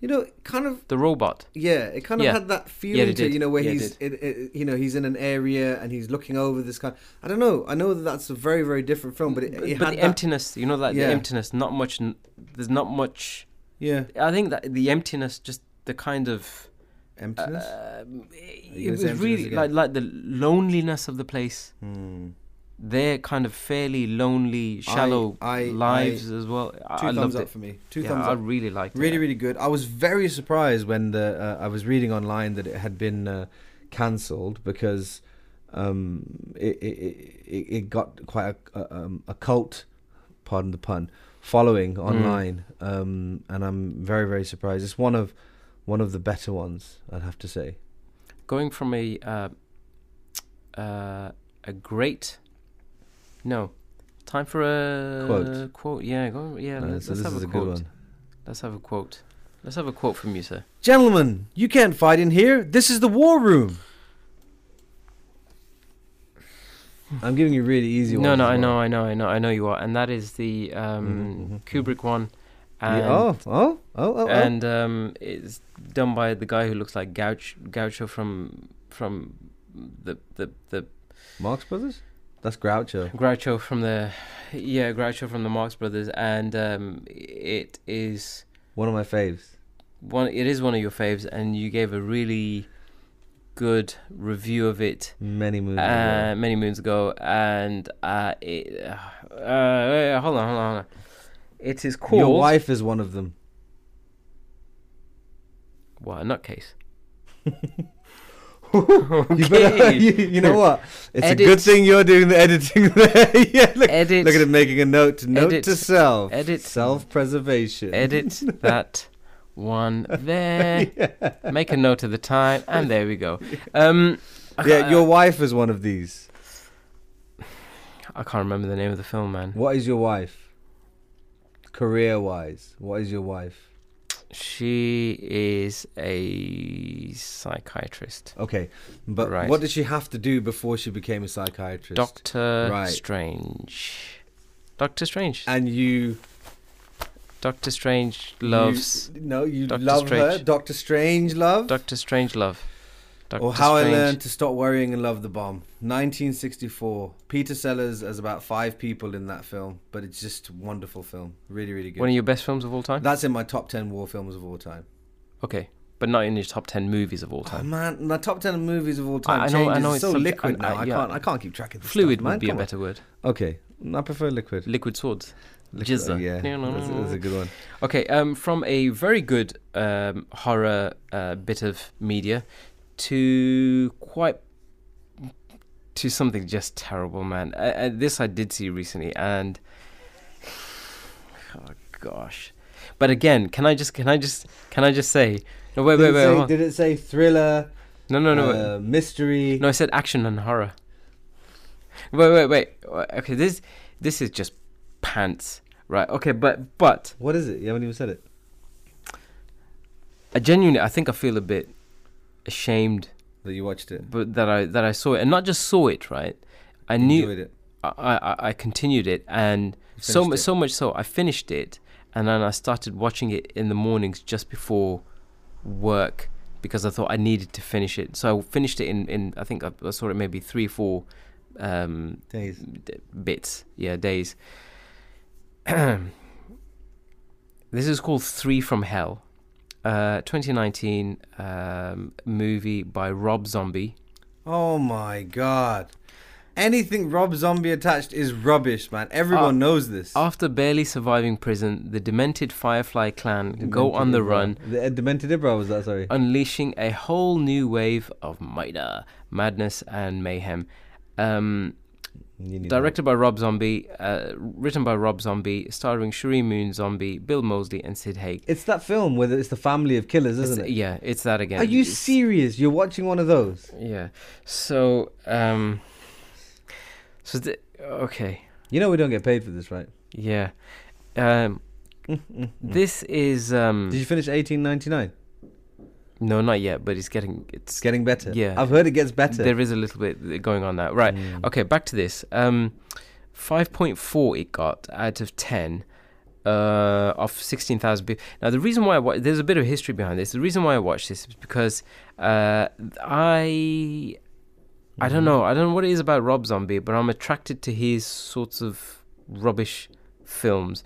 you know kind of The robot. Yeah, it kind of Yeah. had that Yeah, feeling it to it, did. you know where Yeah, it he's it, it, you know he's in an area and he's looking over this kind. I don't know. I know that that's a very very different film, but it, But, it but had the that, emptiness, you know, like Yeah. the emptiness. Not much. n- There's not much. yeah I think that the emptiness, just the kind of. emptiness. um, you it gonna say was emptiness really again? like like the loneliness of the place. Hmm. Their kind of fairly lonely, shallow I- I- lives as well. Two I, I thumbs loved up it. for me. Two yeah, thumbs I up. really liked Really it. really good. I was very surprised when the uh, I was reading online that it had been uh, cancelled because um, it, it it it got quite a, a, um, a cult, pardon the pun, following Mm. online, um, and I'm very very surprised. It's one of one of the better ones, I'd have to say. going from a uh, uh, a great no time for a Quote. yeah go yeah Uh, let's, so let's this have is a, a quote good one. let's have a quote let's have a quote from you sir Gentlemen, you can't fight in here. This is the war *sighs* room. I'm giving you really easy ones. no no as i well. know i know i know i know you are and that is the Mhm, mhm, um kubrick one Yeah, and oh, oh, oh, oh, oh. and um it's done by the guy who looks like gaucho gaucho from from the the the Marx Brothers? That's Groucho. Groucho from the yeah Groucho from the Marx Brothers and um it is One of my faves. one it is one of your faves and you gave a really good review of it Many movies. uh, many moons ago and uh, it, uh, uh hold on hold on hold on it is ago. called Your wife is one of them. *laughs* what a *laughs* nutcase You, better, *laughs* Okay. you, you know what? It's Edit. a good thing you're doing the *laughs* editing there. *laughs* yeah, look, edit look at it making a note. Note Edit. to self. Edit. Self-preservation. *laughs* edit that one there make a note of the time and there we *laughs* go um I Yeah, can't- your wife is one of these. i can't remember the name of the film man What is your wife? Career-wise, what is your wife? she is a psychiatrist Okay, but Right. what did she have to do before she became a psychiatrist? Doctor Right. Uh, Strange. Doctor Strange. and you Doctor Strange you- loves. no, you Doctor love her. Strange. Doctor Strange love. Doctor Strange love. Doctor or Oh, How Strange. I Learned to Stop Worrying and Love the Bomb, 1964. Peter Sellers as about five people in that film, but it's just a wonderful film. Really, really One good. of your best films of all time. That's in my top 10 war films of all time. okay, but not in your top ten movies of all Oh, time. man, my top 10 movies of all time I know- I changes. know it's it's so some- liquid I- I- now. I, yeah. can't, I can't keep track of this Fluid stuff, man. would be a Come on. better word. Okay, I prefer liquid. Liquid swords. Liquid- Jizza. Yeah, No, no, that's, no, that's a no. good one. Okay, um, from a very good um, horror uh, bit of media to quite to something just terrible, man. Uh, uh, this I did see recently, and oh gosh. But again, can I just can I just can I just say no wait did, wait it wait say, hold on. did it say thriller? No, no, no. uh, mystery. No, I said action and horror. Wait, wait, wait. Okay, this this is just pants, right? Okay, but but What is it? You haven't even said it. I genuinely I think I feel a bit ashamed, That you watched it. but that I that I saw it and not just saw it, right? I knew Enjoyed it. I, I I continued it and so finished much it. so much so I finished it and then I started watching it in the mornings just before work because I thought I needed to finish it. So I finished it in in I think I, I saw it maybe three four. Um, Days. d- bits, yeah, days. *clears throat* this is called Three from Hell, uh, 2019 um, movie by Rob Zombie. Oh my god. Anything Rob Zombie attached is rubbish, man. Ah, Everyone knows this. After barely surviving prison, the demented Firefly clan go on the run, Uh, The uh, Demented Ibra was that, sorry. unleashing a whole new wave of murder, madness, and mayhem. Um, You need Directed by Rob Zombie, uh, written by Rob Zombie, starring Cherie Moon Zombie, Bill Moseley, and Sid Haig. that. It's that film where it's the family of killers, It's- isn't it? Yeah, it's that again. Are you It's- serious? You're watching one of those? Yeah. So, um, so the, okay, You know we don't get paid for this, right? *laughs* yeah. Um, this is um, Hmm. Did you finish 1899? no, not yet, but it's getting it's It's getting better. Yeah. I've heard it gets better. there is a little bit going on now. Right. Mm. Okay, back to this. Um, five point four it got out of ten. Uh, of sixteen thousand people. Now, the reason why I wa- there's a bit of history behind this. The reason why I watched this is because uh, I I don't know. I don't know what it is about Rob Zombie, but I'm attracted to his sorts of rubbish films.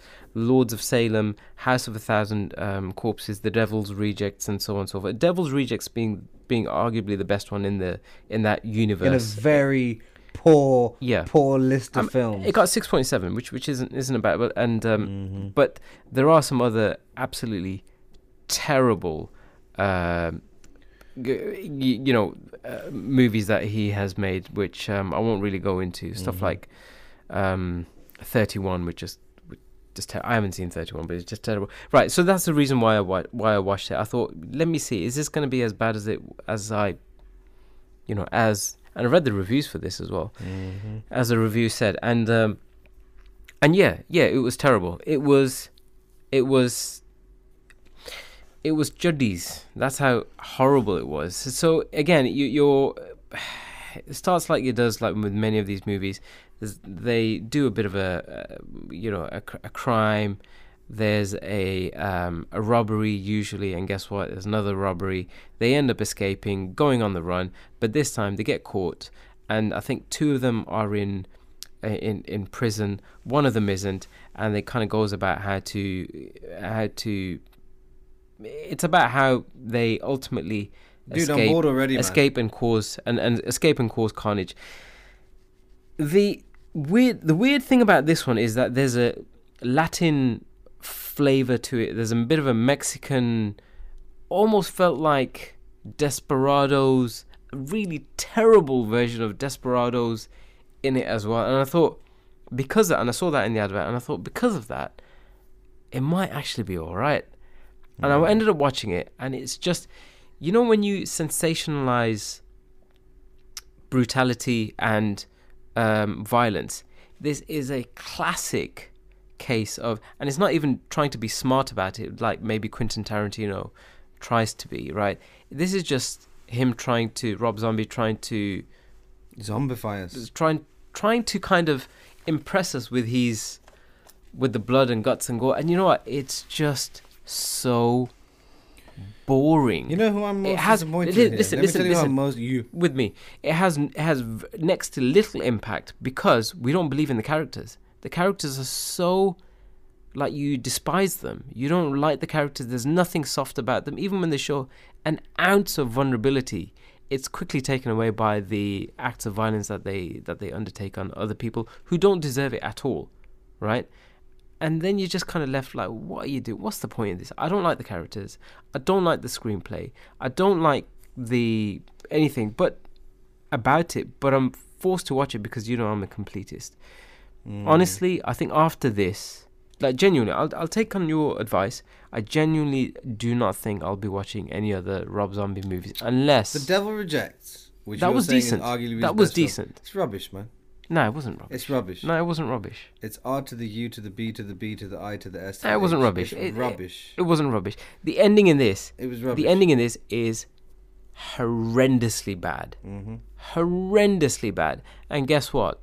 Lords of Salem, House of a Thousand um, Corpses, The Devil's Rejects, and so on and so forth. Devil's Rejects being being arguably the best one in the in that In a universe. very poor, yeah, poor list of Um, films. it got six point seven, which which isn't isn't a bad. But and um, Mm-hmm. but there are some other absolutely terrible, um g- y- you know, uh, movies that he has made, which um, I won't really go into. Stuff Mhm. like um, Thirty One, which just which just ter- I haven't seen Thirty One, but it's just terrible. Right, so that's the reason why I wa- why I watched it. I thought, let me see, is this going to be as bad as it as I, you know, as and I read the reviews for this as well Mm-hmm. as a review said, and um, and yeah, yeah, it was terrible. It was, it was, it was Juddy's. That's how horrible it was. So again, you, you're *sighs* it starts like it does, like with many of these movies. There's, they do a bit of a, uh, you know, a, cr- a crime. There's a um, a robbery usually, and guess what? There's another robbery. They end up escaping, going on the run, but this time they get caught and I think two of them are in uh, in in prison. One of them isn't, and it kind of goes about how to how to. It's about how they ultimately Dude, I'm escape, bored already, man. escape and cause and, and escape and cause carnage. The weird the weird thing about this one is that there's a Latin flavor to it. There's a bit of a Mexican, almost felt like Desperados, a really terrible version of Desperados in it as well. And I thought, because of, and I saw that in the advert, and I thought, because of that, it might actually be all right. And I ended up watching it, and it's just, you know, when you sensationalize brutality and um, violence, this is a classic case of, and it's not even trying to be smart about it, like maybe Quentin Tarantino tries to be, right? This is just him trying to, Rob Zombie trying to Zombify us. is trying trying to kind of impress us with his with the blood and guts and gore. And you know what? It's just so boring. You know who I'm most It has- disappointed li- in? here? listen, Let me listen, tell you who I'm listen. most you. with me, it has it has v- next to little impact because we don't believe in the characters. The characters are so like you despise them. You don't like the characters. There's nothing soft about them. Even when they show an ounce of vulnerability, it's quickly taken away by the acts of violence that they that they undertake on other people who don't deserve it at all, right? And then you're just kind of left like, what are you doing? What's the point of this? I don't like the characters. I don't like the screenplay. I don't like the anything, but about it. But I'm Mm. forced to watch it because you know I'm a completist. Honestly, I think after this, like genuinely, I'll I'll take on your advice. I genuinely do not think I'll be watching any other Rob Zombie movies unless The Devil Rejects, which That you're was saying decent. Is arguably his That was best film. decent. It's rubbish, man. no, it wasn't rubbish. It's rubbish. No, it wasn't rubbish. It's R to the U to the B to the B to the I to the S. to No, it the wasn't H. rubbish. It's It- it- rubbish. It wasn't rubbish. The ending in this, It, was rubbish. the ending in this is horrendously bad, Mm-hmm. horrendously bad. And guess what?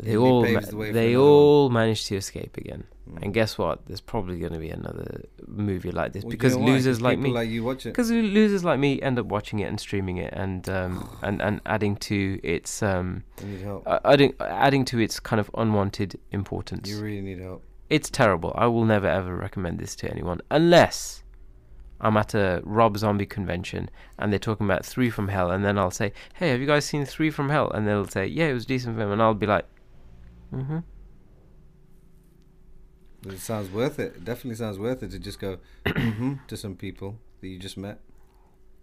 They It all ma- paves the way for they another Hmm. all managed to escape again. And guess what? There's probably going to be another movie like this Well, you because know why? losers like people me, like you watch it. because losers like me end up watching it and streaming it and *sighs* um, and and adding to its um You need help. uh, adding adding to its kind of unwanted importance. You really need help. It's terrible. I will never ever recommend this to anyone unless I'm at a Rob Zombie convention and they're talking about Three from Hell, and then I'll say, "Hey, have you guys seen Three from Hell?" And they'll say, "Yeah, it was a decent film," and I'll be like, "Mm-hmm." It sounds worth it. It definitely sounds worth it to just go "Mhm" *coughs* to some people that you just met.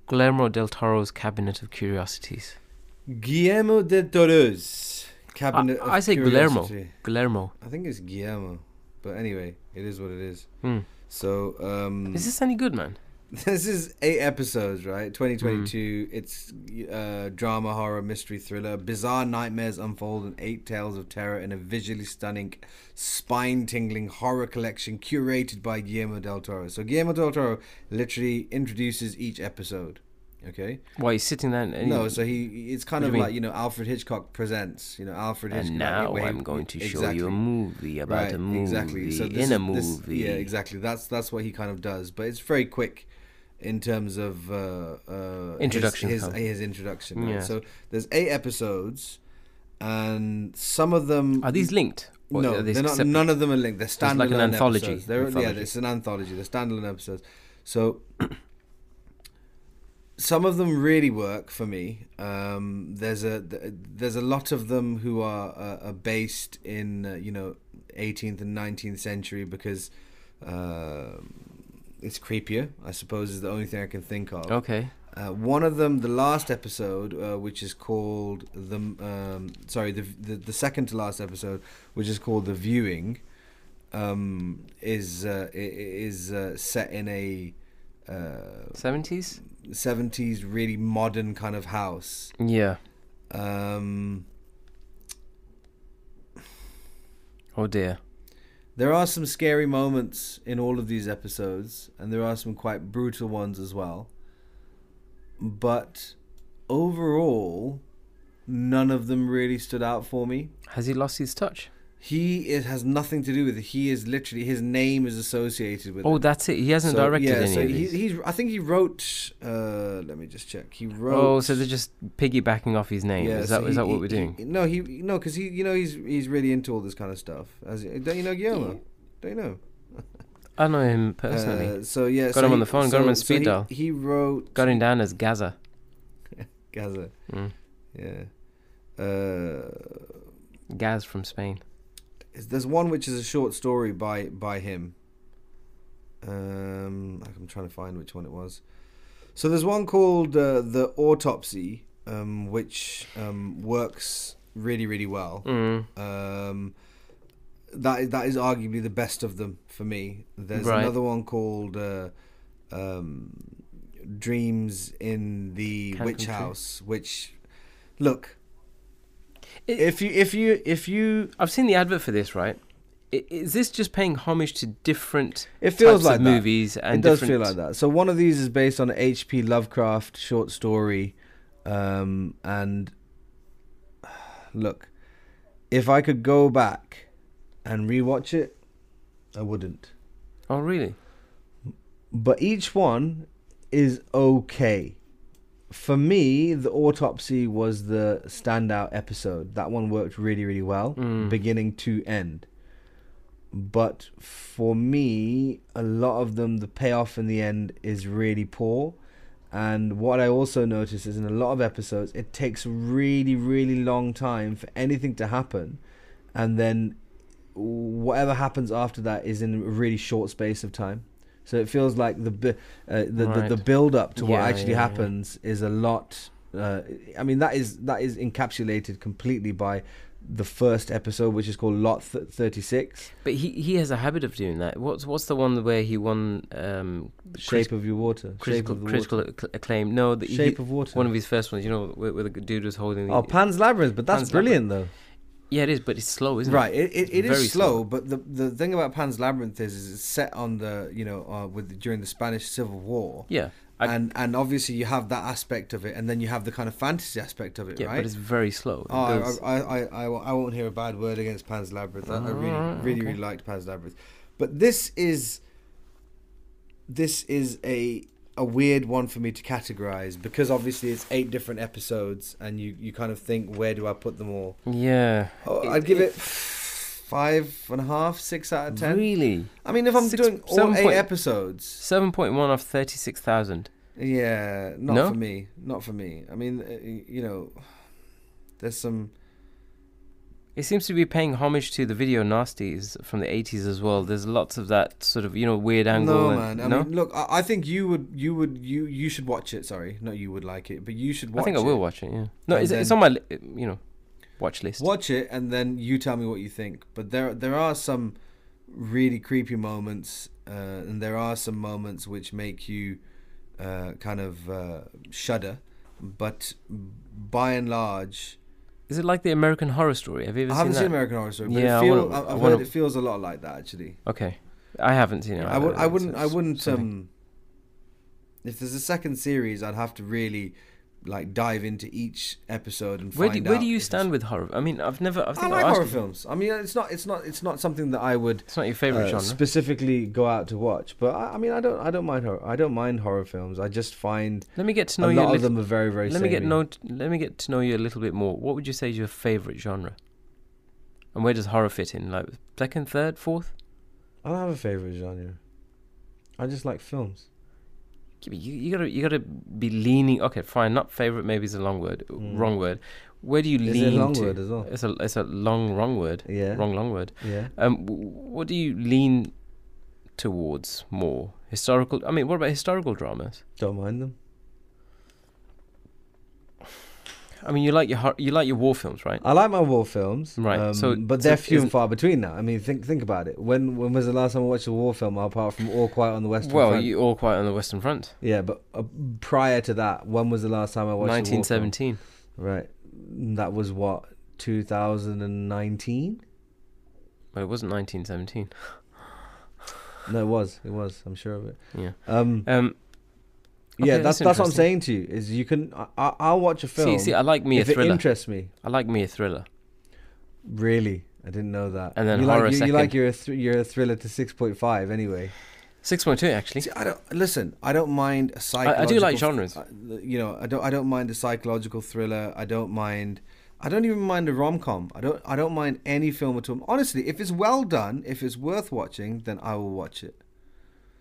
Guillermo del Toro's Cabinet of Curiosities. Guillermo del Toro's cabinet. I- I of say Guillermo. Curiosity. Guillermo. I think it's Guillermo, but anyway, it is what it is. Hmm. So um, Is this any good, man? This is eight episodes, Mm-hmm. right? 2022. It's uh, drama, horror, mystery, thriller. Bizarre nightmares unfold in eight tales of terror in a visually stunning, spine tingling horror collection curated by Guillermo del Toro. So, Guillermo del Toro literally introduces each episode. Okay. Why he's sitting there? And, and No, he- so he it's kind What do of you mean? like, you know, Alfred Hitchcock presents, you know, Alfred Hitchcock. and now where he- I'm going to show you a Exactly. movie about a movie this in a is- this- movie. yeah, exactly. That's that's what he kind of does, but it's very quick in terms of uh, uh, his- Introduction His his, film. introduction. right? Yes. So there's eight episodes, and some of them Are these linked? Or no, are these they're not. separate? None of them are linked. They're standalone an anthology, Episodes. They're, anthology. Yeah, it's an anthology. They're standalone episodes. So *clears throat* some of them really work for me. Um, there's a th- there's a lot of them who are, uh, are based in uh, you know 18th and 19th century because uh, it's creepier. I suppose is the only thing I can think of. Okay. Uh, one of them, the last episode, uh, which is called the um, sorry, the, the the second to last episode, which is called the viewing, um, is uh, i- i- is uh, set in a uh, Seventies. seventies really modern kind of house. Yeah. Um, Oh dear. there are some scary moments in all of these episodes, and there are some quite brutal ones as well. But overall, none of them really stood out for me. Has he lost his touch? He is, has nothing to do with it. He is literally his name is associated with. Oh, it. that's it. He hasn't So, directed yeah, any so of he, these. he's. I think he wrote. Uh, let me just check. He wrote. Oh, so they're just piggybacking off his name. Yeah, is so that is he- that what he- we're doing? he- no, he no, because he you know he's he's really into all this kind of stuff. As don't you know Guillermo? Don't you know? I know him personally. Uh, so yeah, Got so him on he- the phone, got him so- on so speed he- dial. He wrote Got him down as Gaza. Gaza. Mm. Yeah. Uh, Gaz from Spain. is- there's one which is a short story by by him. Um, I'm trying to find which one it was. So there's one called uh, the autopsy, um, which um, works really really well. Mm. Um, that is, that is arguably the best of them for me. There's Right. another one called uh, um, Dreams in the Can Witch Come True. House, which look. It- if you if you if you I've seen the advert for this, right? I- Is this just paying homage to different It feels types like of that. movies and it does different feel like that. So one of these is based on a H.P. Lovecraft short story, um, and *sighs* look, if I could go back and rewatch it, I wouldn't. Oh, really? But each one is okay. For me, the autopsy was the standout episode. That one worked really, really well, Mm. beginning to end. But for me, a lot of them, the payoff in the end is really poor. And what I also notice is in a lot of episodes, it takes a really, really long time for anything to happen. And then whatever happens after that is in a really short space of time. So it feels like the bu- uh, the, Right. the the build up to what Yeah, actually yeah, yeah. happens is a lot. Uh, I mean that is that is encapsulated completely by the first episode, which is called Lot Th- 36, But he, he has a habit of doing that. What's what's the one where he won um, Shape of Your Water. Shape critical of the critical acc- acclaim? No, Water. the, he- Shape of Water. one of his first ones. You know, where, where the dude was holding. The, oh, Pan's Labyrinth, but that's Pan's brilliant yeah, it is, but it's slow, isn't right, it? it, it, it Very is slow, slow. but the the thing about Pan's Labyrinth is, is it's set on the you know uh, with during the Spanish Civil War, Yeah, I- and and obviously you have that aspect of it, and then you have the kind of fantasy aspect of it, yeah, right? but it's very slow. It Oh, goes- I, I, I, I, won't- I won't hear a bad word against Pan's Labyrinth. I, I really, Alright, really, Ah, okay. really liked Pan's Labyrinth. But this is, this is a a weird one for me to categorize because obviously it's eight different episodes, and you, you kind of think where do I put them all? yeah, Oh, It- I'd give it it- five and a half, six out of ten. really. I mean, if I'm Six- doing all seven eight point- episodes, Seven point one off thirty six thousand. yeah, not No? for me, not for me. I mean, uh, you know, there's some. It seems to be paying homage to the video nasties from the 80s as well. There's lots of that sort of, you know, weird angle. No, and- man. I no? mean, look, I, I think you would, you would, you you should watch it. Sorry, not you would like it, but you should watch. I think I it. will watch it, yeah. No, And it's, it's then- on my, li- you know, watch list. Watch it, and then you tell me what you think. But there, there are some really creepy moments, uh, and there are some moments which make you uh, kind of uh, shudder. But by and large, Is it like the American Horror Story? Have you ever I seen haven't that? seen American Horror Story, but Yeah, it I feel, I wanna- I have wanna- heard it feels a lot like that actually. okay. I haven't seen it. I would. either. I wouldn't. I It's wouldn't. Um, something- if there's a second series, I'd have to really like dive into each episode and where, do, find where out do if you it's- stand with horror? I mean, I've never. I've I think like asked horror you- films. I mean, it's not. It's not. It's not something that I would. It's not your though. favorite Uh, genre. specifically go out to watch, but I, I mean, I don't, I don't mind horror. I don't mind horror films. I just find let me get a to know you. lot A of little, them are very, very. let me get samey. know. Let me get to know you a little bit more. What would you say is your favorite genre? And where does horror fit in? Like second, third, fourth? I don't have a favorite genre. I just like films. You, you gotta you gotta be leaning. Okay, fine. Not favorite. Maybe is a long word. Mm. Wrong word. Where do you Is it lean a long to? word as well? It's a it's a long wrong word. Yeah. Wrong long word. Yeah. Um, w- what do you lean towards more? Historical. I mean, what about historical dramas? Don't mind them. I mean, you like your hor- you like your war films, right? I like my war films. Right, Um, so- but so they're few and isn't- far between now. I mean, think think about it. When when was the last time I watched a war film apart from All Quiet on the Western well, Front? you all quiet on the Western Front, Yeah, but uh, prior to that, when was the last time I watched? a war film? 1917. Right. That was what 2019. Well, it wasn't 1917. No, it was. It was. I'm sure of it. Yeah. Um. Um, yeah. okay, That's that's that's what I'm interesting. saying to you. Is you can I, I I'll watch a see, film see, I like me a if it thriller. interests me. I like me a thriller. Really, I didn't know that. And then you horror like, you, you second. like your thr- your thriller to 6.5 anyway. 6.2 actually. See, I don't listen. I don't mind a I, I psychological. do like genres. uh, You know, I don't. I don't mind a psychological thriller. I don't mind. I don't even mind a rom com. I don't. I don't mind any film at all. Honestly, if it's well done, if it's worth watching, then I will watch it.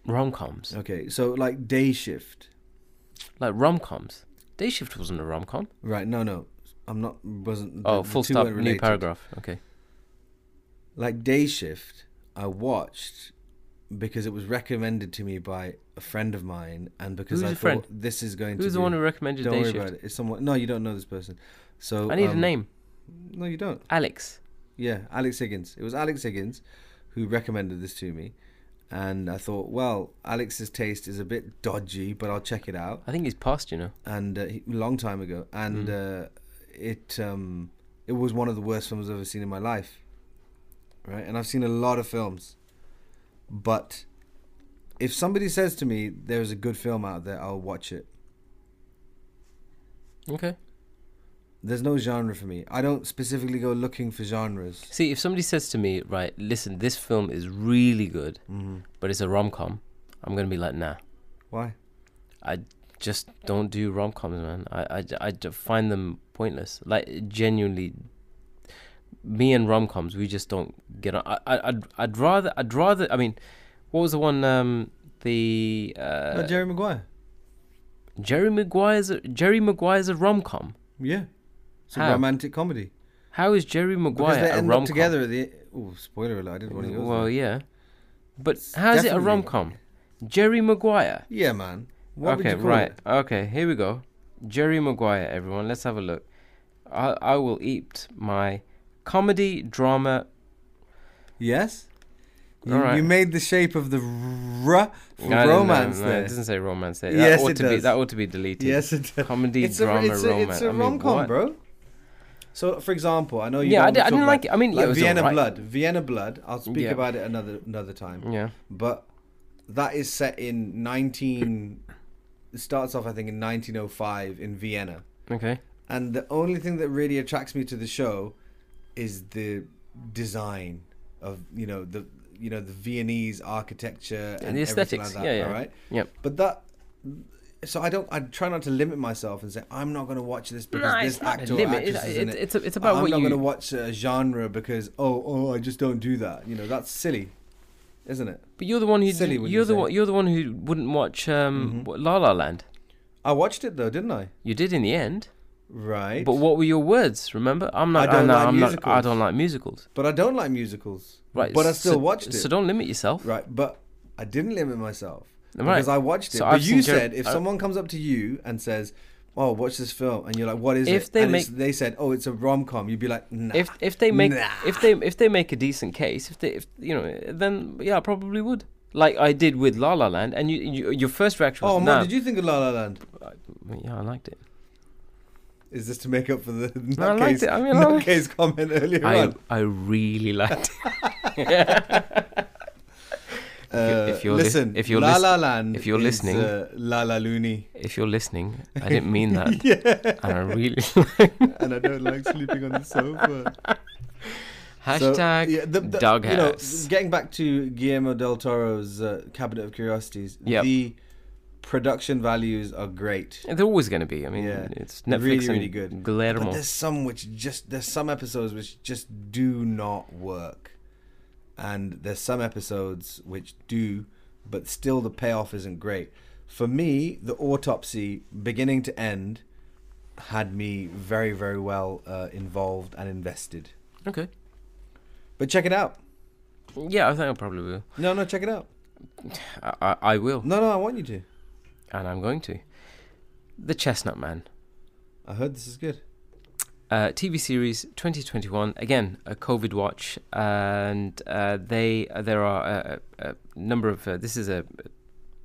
Rom coms. Okay, so like Day Shift. Like rom coms. Day Shift wasn't a rom com. Right? No, no, I'm not. Wasn't. Oh, the full two stop, weren't new related. paragraph. Okay. Like Day Shift, I watched because it was recommended to me by a friend of mine, and because Who's I your thought friend? this is going to. Who's the be- one who recommended Don't Day worry Shift? about it. It's someone. No, you don't know this person. So I need a um, name. No, you don't. Alex. Yeah, Alex Higgins. It was Alex Higgins who recommended this to me, and I thought, well, Alex's taste is a bit dodgy, but I'll check it out. I think he's passed, you know. And uh, he, long time ago, and Mm-hmm. uh, it um, it was one of the worst films I've ever seen in my life. Right, and I've seen a lot of films, but if somebody says to me there is a good film out there, I'll watch it. Okay. There's no genre for me. I don't specifically go looking for genres. See, if somebody says to me, right, listen, this film is really good, Mm-hmm. but it's a rom com, I'm going to be like, nah. Why? I just don't do rom coms, man. I, I, I ju- find them pointless. Like, genuinely, me and rom coms, we just don't get on. I, I, I'd, I'd rather, I'd rather, I mean, what was the one, um, the. Uh, Not Jerry Maguire. Jerry Maguire's a, Jerry Maguire's a rom com. Yeah. It's a How? romantic comedy. How is Jerry Because Maguire they a end rom up com? together at the Oh, spoiler alert, I didn't want to go Well, there. yeah, but It's how is it a definitely- rom com? Jerry Maguire. Yeah, man. What okay, would you call right. it? Okay, here we go. Jerry Maguire, everyone. Let's have a look. I I will eat my comedy, drama. Yes. You, All right. you made the shape of the r for No, no, no, romance no, there. It doesn't say romance there. Yes, that ought it to be does. that ought to be deleted. yes, it does. Comedy, It's a, drama, it's a, romance. it's a I mean, rom com, what? bro. So, for example, I know you. Yeah, don't want I, to di- I talk didn't about- like it. I mean, yeah, it like was Vienna alright. Blood. Vienna Blood. I'll speak Yeah. about it another another time. Yeah. But that is set in 19. It starts off, I think, in 1905 in Vienna. Okay. And the only thing that really attracts me to the show is the design of you know the you know the Viennese architecture and, everything the aesthetics, Like that, yeah, yeah. All right. Yep. But that. So I don't. I try not to limit myself and say I'm not going to watch this because No, this it's not a actor or limit. actress It's- is in it's- it. it's- it's about I'm what not you- going to watch a genre because oh oh I just don't do that. You know that's silly, isn't it? But you're the one who Silly, d- would you're you the say? Mm-hmm. one you're the one who wouldn't watch um what- La La Land. I watched it though, didn't I? You did in the end. Right. But what were your words? Remember, I'm not. I don't I'm not, like I'm not I musicals. don't like musicals. But I don't like musicals. Right. But I s- still so, watched it. So don't limit yourself. Right, but I didn't limit myself Right. because I watched it. So but I've you seen Jer- said if I- someone comes up to you and says, "Oh, watch this film," and you're like, "What is If it?" they and it's- make- they said, "Oh, it's a rom com," you'd be like, "Nah." If if they make Nah. if they if they make a decent case, if they if you know, then yeah, I probably would. Like I did with La La Land, and you, you your first reaction was, oh, man, "Nah." did you think of La La Land? yeah, I *laughs* liked it. Is this to make up for the *laughs* nutcase, I liked it. I mean, I liked- nutcase comment earlier I on? I really liked *laughs* it. if you're li- Uh, listen, if you're La lis- La Land, if you're is, listening- uh, La La Looney. if you're listening, I didn't mean *laughs* that, yeah, and I really and I don't like sleeping on the sofa. So, hashtag yeah, the- the- doghouse. You know, getting back to Guillermo del Toro's uh, Cabinet of Curiosities, Yep. the production values are great. They're always going to be. I mean, Yeah. it's They're Netflix really, and really good. But Guillermo. there's some which just there's some episodes which just do not work, and there's some episodes which do, but still the payoff isn't great. For me, the autopsy, beginning to end, had me very, very well uh, involved and invested. Okay. But check it out. Yeah, I think I probably will. No, no, check it out. I, I, I will, No, no, I want you to. and I'm going to. The Chestnut Man. I heard this is good. uh, TV series 2021. Again, a COVID watch, and uh, they uh, there are a, a a number of. Uh, this is a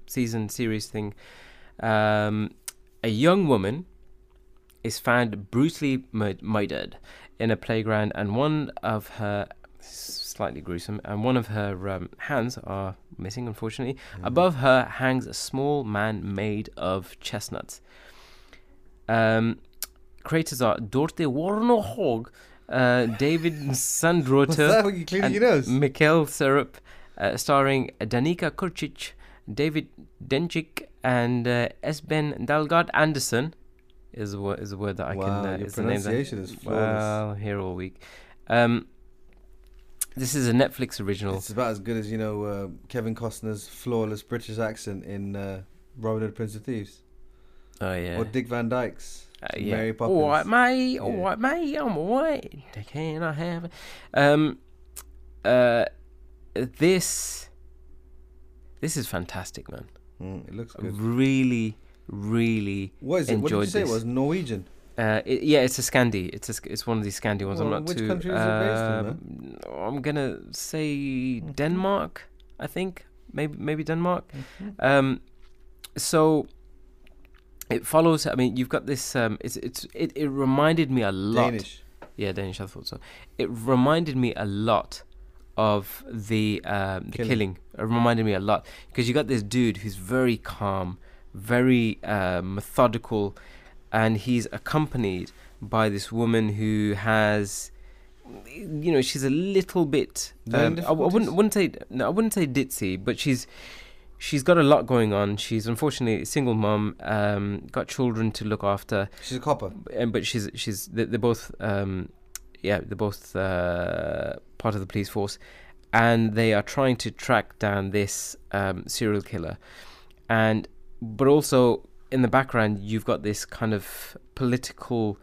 season series thing. Um, a young woman is found brutally mur- murdered in a playground, and one of her slightly gruesome, and one of her um, hands are missing. Unfortunately, Mm-hmm. above her hangs a small man made of chestnuts. Um, creators are Dorte Warner Hogg, *laughs* uh, David What's Sandrotter, that? Were you cleaning and your nose? Mikhail Serup, uh, starring Danica Kurcic, David Denchik, and uh, Esben Dalgard Anderson. Is a word, is a word that I Wow, can. Uh, your is the name that- pronunciation is flawless. Well, here all week. Um, this is a Netflix original. It's about as good as you know uh, Kevin Costner's flawless British accent in uh, Robin Hood, Prince of Thieves, Oh yeah. or Dick Van Dyke's Uh, yeah. Mary Poppins. All right, mate. All Yeah. right, mate. I'm all right. Can I have it? Um, uh, this, this is fantastic, man. Mm, it looks I good. Really, really. What is it? What did you enjoyed say it this. was? Norwegian. Uh, it, yeah, it's a Scandi. It's a, sc- it's one of these Scandi ones. I'm Well, not which too. country is it based in, Mm-hmm. um, I'm gonna say Denmark. I think maybe maybe Denmark. Um, so it follows. I mean, you've got this. Um, it's it's it, it reminded me a lot. Danish. Yeah, Danish. I thought so. It reminded me a lot of the um, the Killing. killing. It reminded me a lot because you got this dude who's very calm, very uh, methodical, and he's accompanied by this woman who has, you know, she's a little bit. Um, Learning I, I wouldn't wouldn't say no, I wouldn't say ditzy, but she's. She's got a lot going on. She's unfortunately a single mom, um, got children to look after She's a copper. and but she's she's they- they're both um yeah they're both uh, part of the police force and they are trying to track down this um, serial killer and but also in the background you've got this kind of political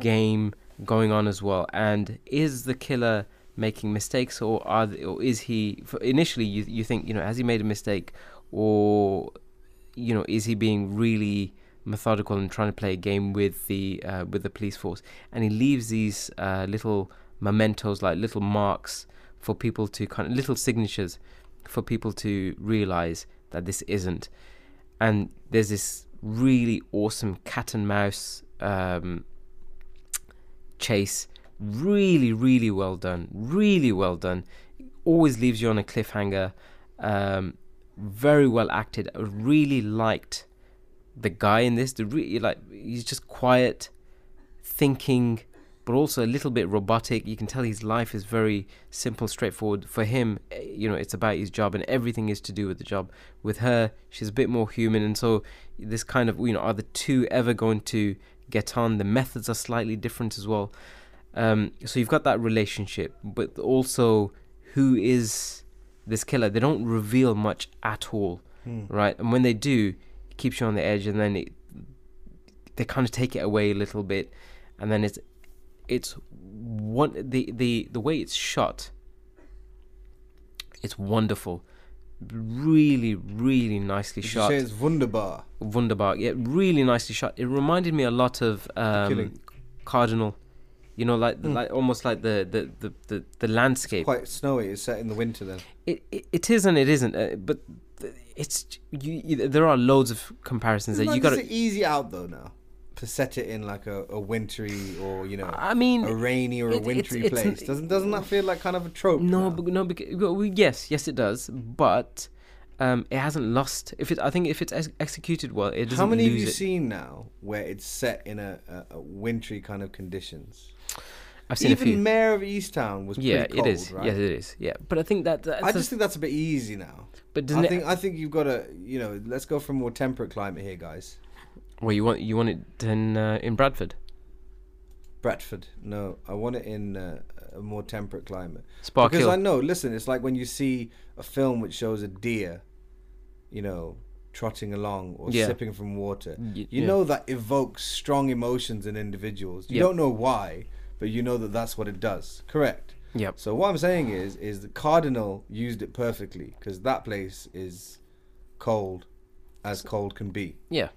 game going on as well and is the killer making mistakes or are th- or is he for initially you you think you know has he made a mistake or you know is he being really methodical and trying to play a game with the uh, with the police force and he leaves these uh, little mementos, like little marks for people to kind of little signatures for people to realize that this isn't. And there's this really awesome cat and mouse um, chase. Really, really well done. Really well done. Always leaves you on a cliffhanger. Um, very well acted. I really liked the guy in this. The re- like he's just quiet, thinking, but also a little bit robotic. You can tell his life is very simple, straightforward. For him, eh, you know, it's about his job, and everything is to do with the job. With her, she's a bit more human, and so this kind of you know, are the two ever going to get on? The methods are slightly different as well. Um, so you've got that relationship, but also who is this killer? They don't reveal much at all Hmm. right? And when they do, it keeps you on the edge, and then it, they kind of take it away a little bit, and then it's it's one the the the way it's shot. It's wonderful, really, really nicely Did you shot. say it's wunderbar? Wunderbar, yeah, really nicely shot. It reminded me a lot of um, Killing. Cardinal, you know, like Mm. like almost like the the the the, the landscape Quite snowy. It's set in the winter then. it, it, it is and it isn't uh, but th- it's you, you there are loads of comparisons that you Like, got is it easy out though now to set it in like a, a wintry or you know i mean a rainy or it- a it's- wintry it's place? n- doesn't doesn't that feel like kind of a trope? no now? but no because, well, yes yes it does but um it hasn't lost if it i think if it's ex- executed well it doesn't How many have lose you it. seen now where it's set in a, a, a wintry kind of conditions? i've seen Even a few Mayor of Easttown was yeah pretty cold, it is right? yes it is yeah but i think that that's I a- just think that's a bit easy now. but doesn't I it think I think you've got to you know let's go for a more temperate climate here, guys. well you want you want it in uh, in bradford Bradford, no, I want it in uh, a more temperate climate. spark because hill I know, listen, it's like when you see a film which shows a deer, you know, trotting along or Yeah. sipping from water. Y- You yeah. know that evokes strong emotions in individuals. You Yeah. don't know why, but you know that that's what it does. Correct. yep So what I'm saying is, is the cardinal used it perfectly because that place is cold, as cold can be. yeah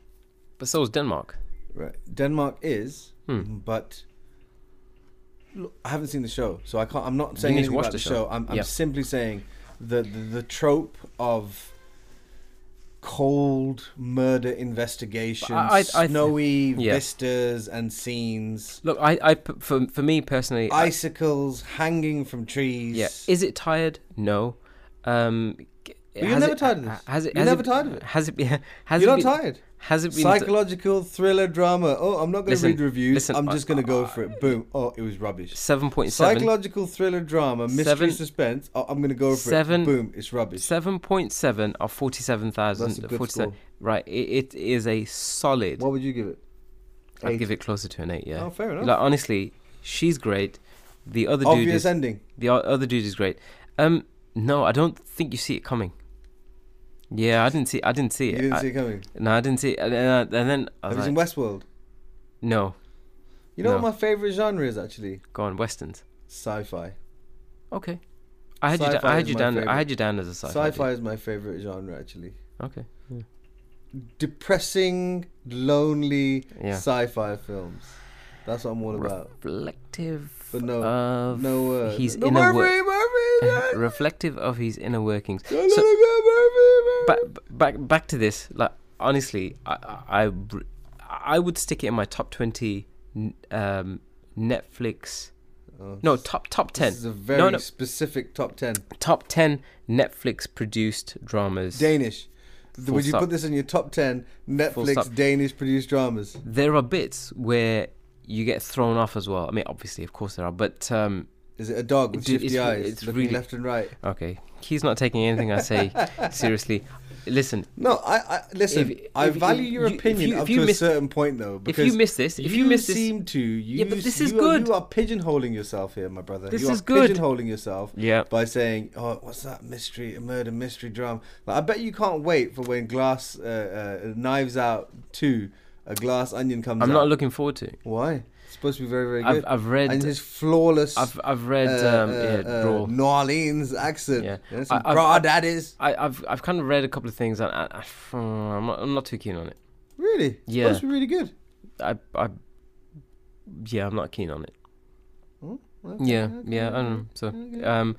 but so is denmark Right. Denmark is, Hmm. but look, I haven't seen the show, so I can't. I'm not saying need to anything watch about the the show. show. I'm, I'm Yep. simply saying the, the the trope of cold murder investigation, I- I- I th- snowy yeah. vistas and scenes, look i i p- for, for me personally I- icicles hanging from trees. Yeah. Is it tired? No. Um, g- you're has never it- tired of this. Has it, You're has never it- tired of it. Has it been? *laughs* Has You're it not been, tired. Has it been? Psychological thriller drama. Oh, I'm not going to Listen, read reviews. listen, I'm I- just going to go for it. Boom. Oh, it was rubbish. Seven point seven. Psychological thriller drama, mystery Seven- suspense. Oh, I'm gonna go for Seven- it. Boom, it's rubbish. Seven point seven or forty-seven That's a thousand. good Forty-seven. Right. It, it is a solid. What would you give it? I'd eight. give it closer to an eight. Yeah. Oh, fair enough. Like honestly, she's great. The other dude Obvious is ending. the o- other dude is great. Um, no, I don't think you see it coming. Yeah, I didn't see. I didn't see You it. didn't I- see it coming. no, I didn't see it. And then, I- and then I Have was you seen like, Westworld? no, You know No. what my favorite genre is actually go on, westerns. sci-fi. Okay. I had you. Da- Sci-fi I had is you my down. I favourite. had you down as a sci-fi. Sci-fi, dude. is my favorite genre actually. Okay. Depressing, lonely Yeah. sci-fi films. That's what I'm all about. Reflective But no, of no words. his no, inner Murphy, work. Murphy, Murphy. *laughs* reflective of his inner workings. Don't So- let it go, Murphy, back Murphy. back back to this. Like honestly, I I- I br- I would stick it in my top twenty n- um, Netflix. Oh, No, top top ten. This is a very no. specific top ten. Top ten Netflix produced dramas. Danish. Th- Full Would you stop. put this in your top 10 stop. Netflix Danish produced dramas? there are bits where you get thrown off as well. I mean, obviously, of course there are, but um, Is it a dog with Dude, shifty it's re- eyes it's looking really- left and right? Okay, he's not taking anything *laughs* I say seriously. Listen, No, I, I listen. If- I if- value if your you- if opinion you- if up you to miss- a certain point, though. if Because you miss this, if you miss this, seem to you, but this is you are- good. You are pigeonholing yourself here, my brother. This you are is good. Pigeonholing yourself yeah, by saying, "Oh, what's that mystery, a murder mystery drama?" Like, I bet you can't wait for when Glass uh, uh, Knives Out Two, a Glass Onion comes I'm out. not looking forward to. it. Why? It's supposed to be very, very good. I've, I've and read, his uh, flawless. I've, I've read, um, yeah, Raw. New Orleans accent. Yeah. Yeah. I- some I've- broad daddies. I, I've, I've kind of read a couple of things, and I, I, *sighs* I'm, not, I'm not too keen on it. Really? It's Yeah. Supposed to be really good. I, I, yeah, I'm not keen on it. Hmm? okay, Yeah, okay, yeah, I don't know. okay, So, okay. um,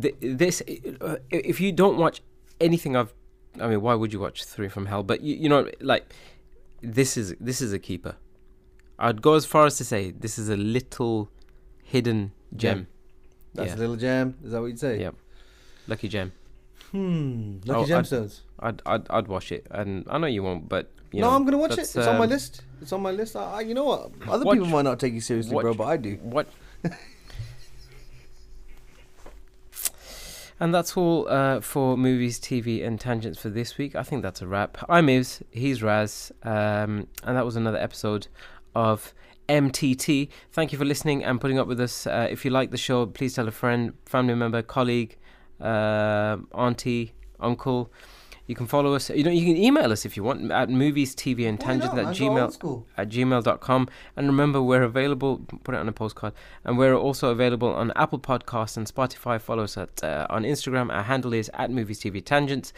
th- this uh, if you don't watch anything I've, I mean, why would you watch Three from Hell? But you, you know, like this is this is a keeper. I'd go as far as to say this is a little hidden gem, That's yeah. a little gem. Is that what you'd say? Yeah. lucky gem. Hmm. Lucky Oh, I'd- gemstones. I'd, I'd I'd watch it, and I know you won't, but you no, know, I'm gonna watch it. that's, It's on my um, list. It's on my list. I, I, you know what? Other Watch- people might not take you seriously, watch- bro, but I do. What? and that's all uh, for movies, TV, and tangents for this week. I think that's a wrap. I'm Iz, he's Raz, um, and that was another episode of MTT. Thank you for listening and putting up with us. Uh, if you like the show, please tell a friend, family member, colleague, uh, auntie, uncle. You can follow us. You know, you can email us if you want at movies, TV, and tangents at gmail at gmail.com. And remember, we're available, put it on a postcard, and we're also available on Apple Podcasts and Spotify. Follow us at, uh, on Instagram. Our handle is at Movies TV Tangents.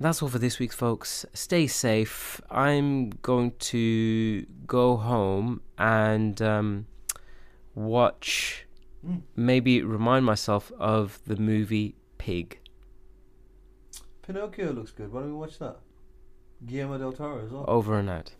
That's all for this week, folks. Stay safe. I'm going to go home and um, watch, Mm. maybe remind myself of the movie Pig. Pinocchio looks good. Why don't we watch that? Guillermo del Toro as well. Over and out.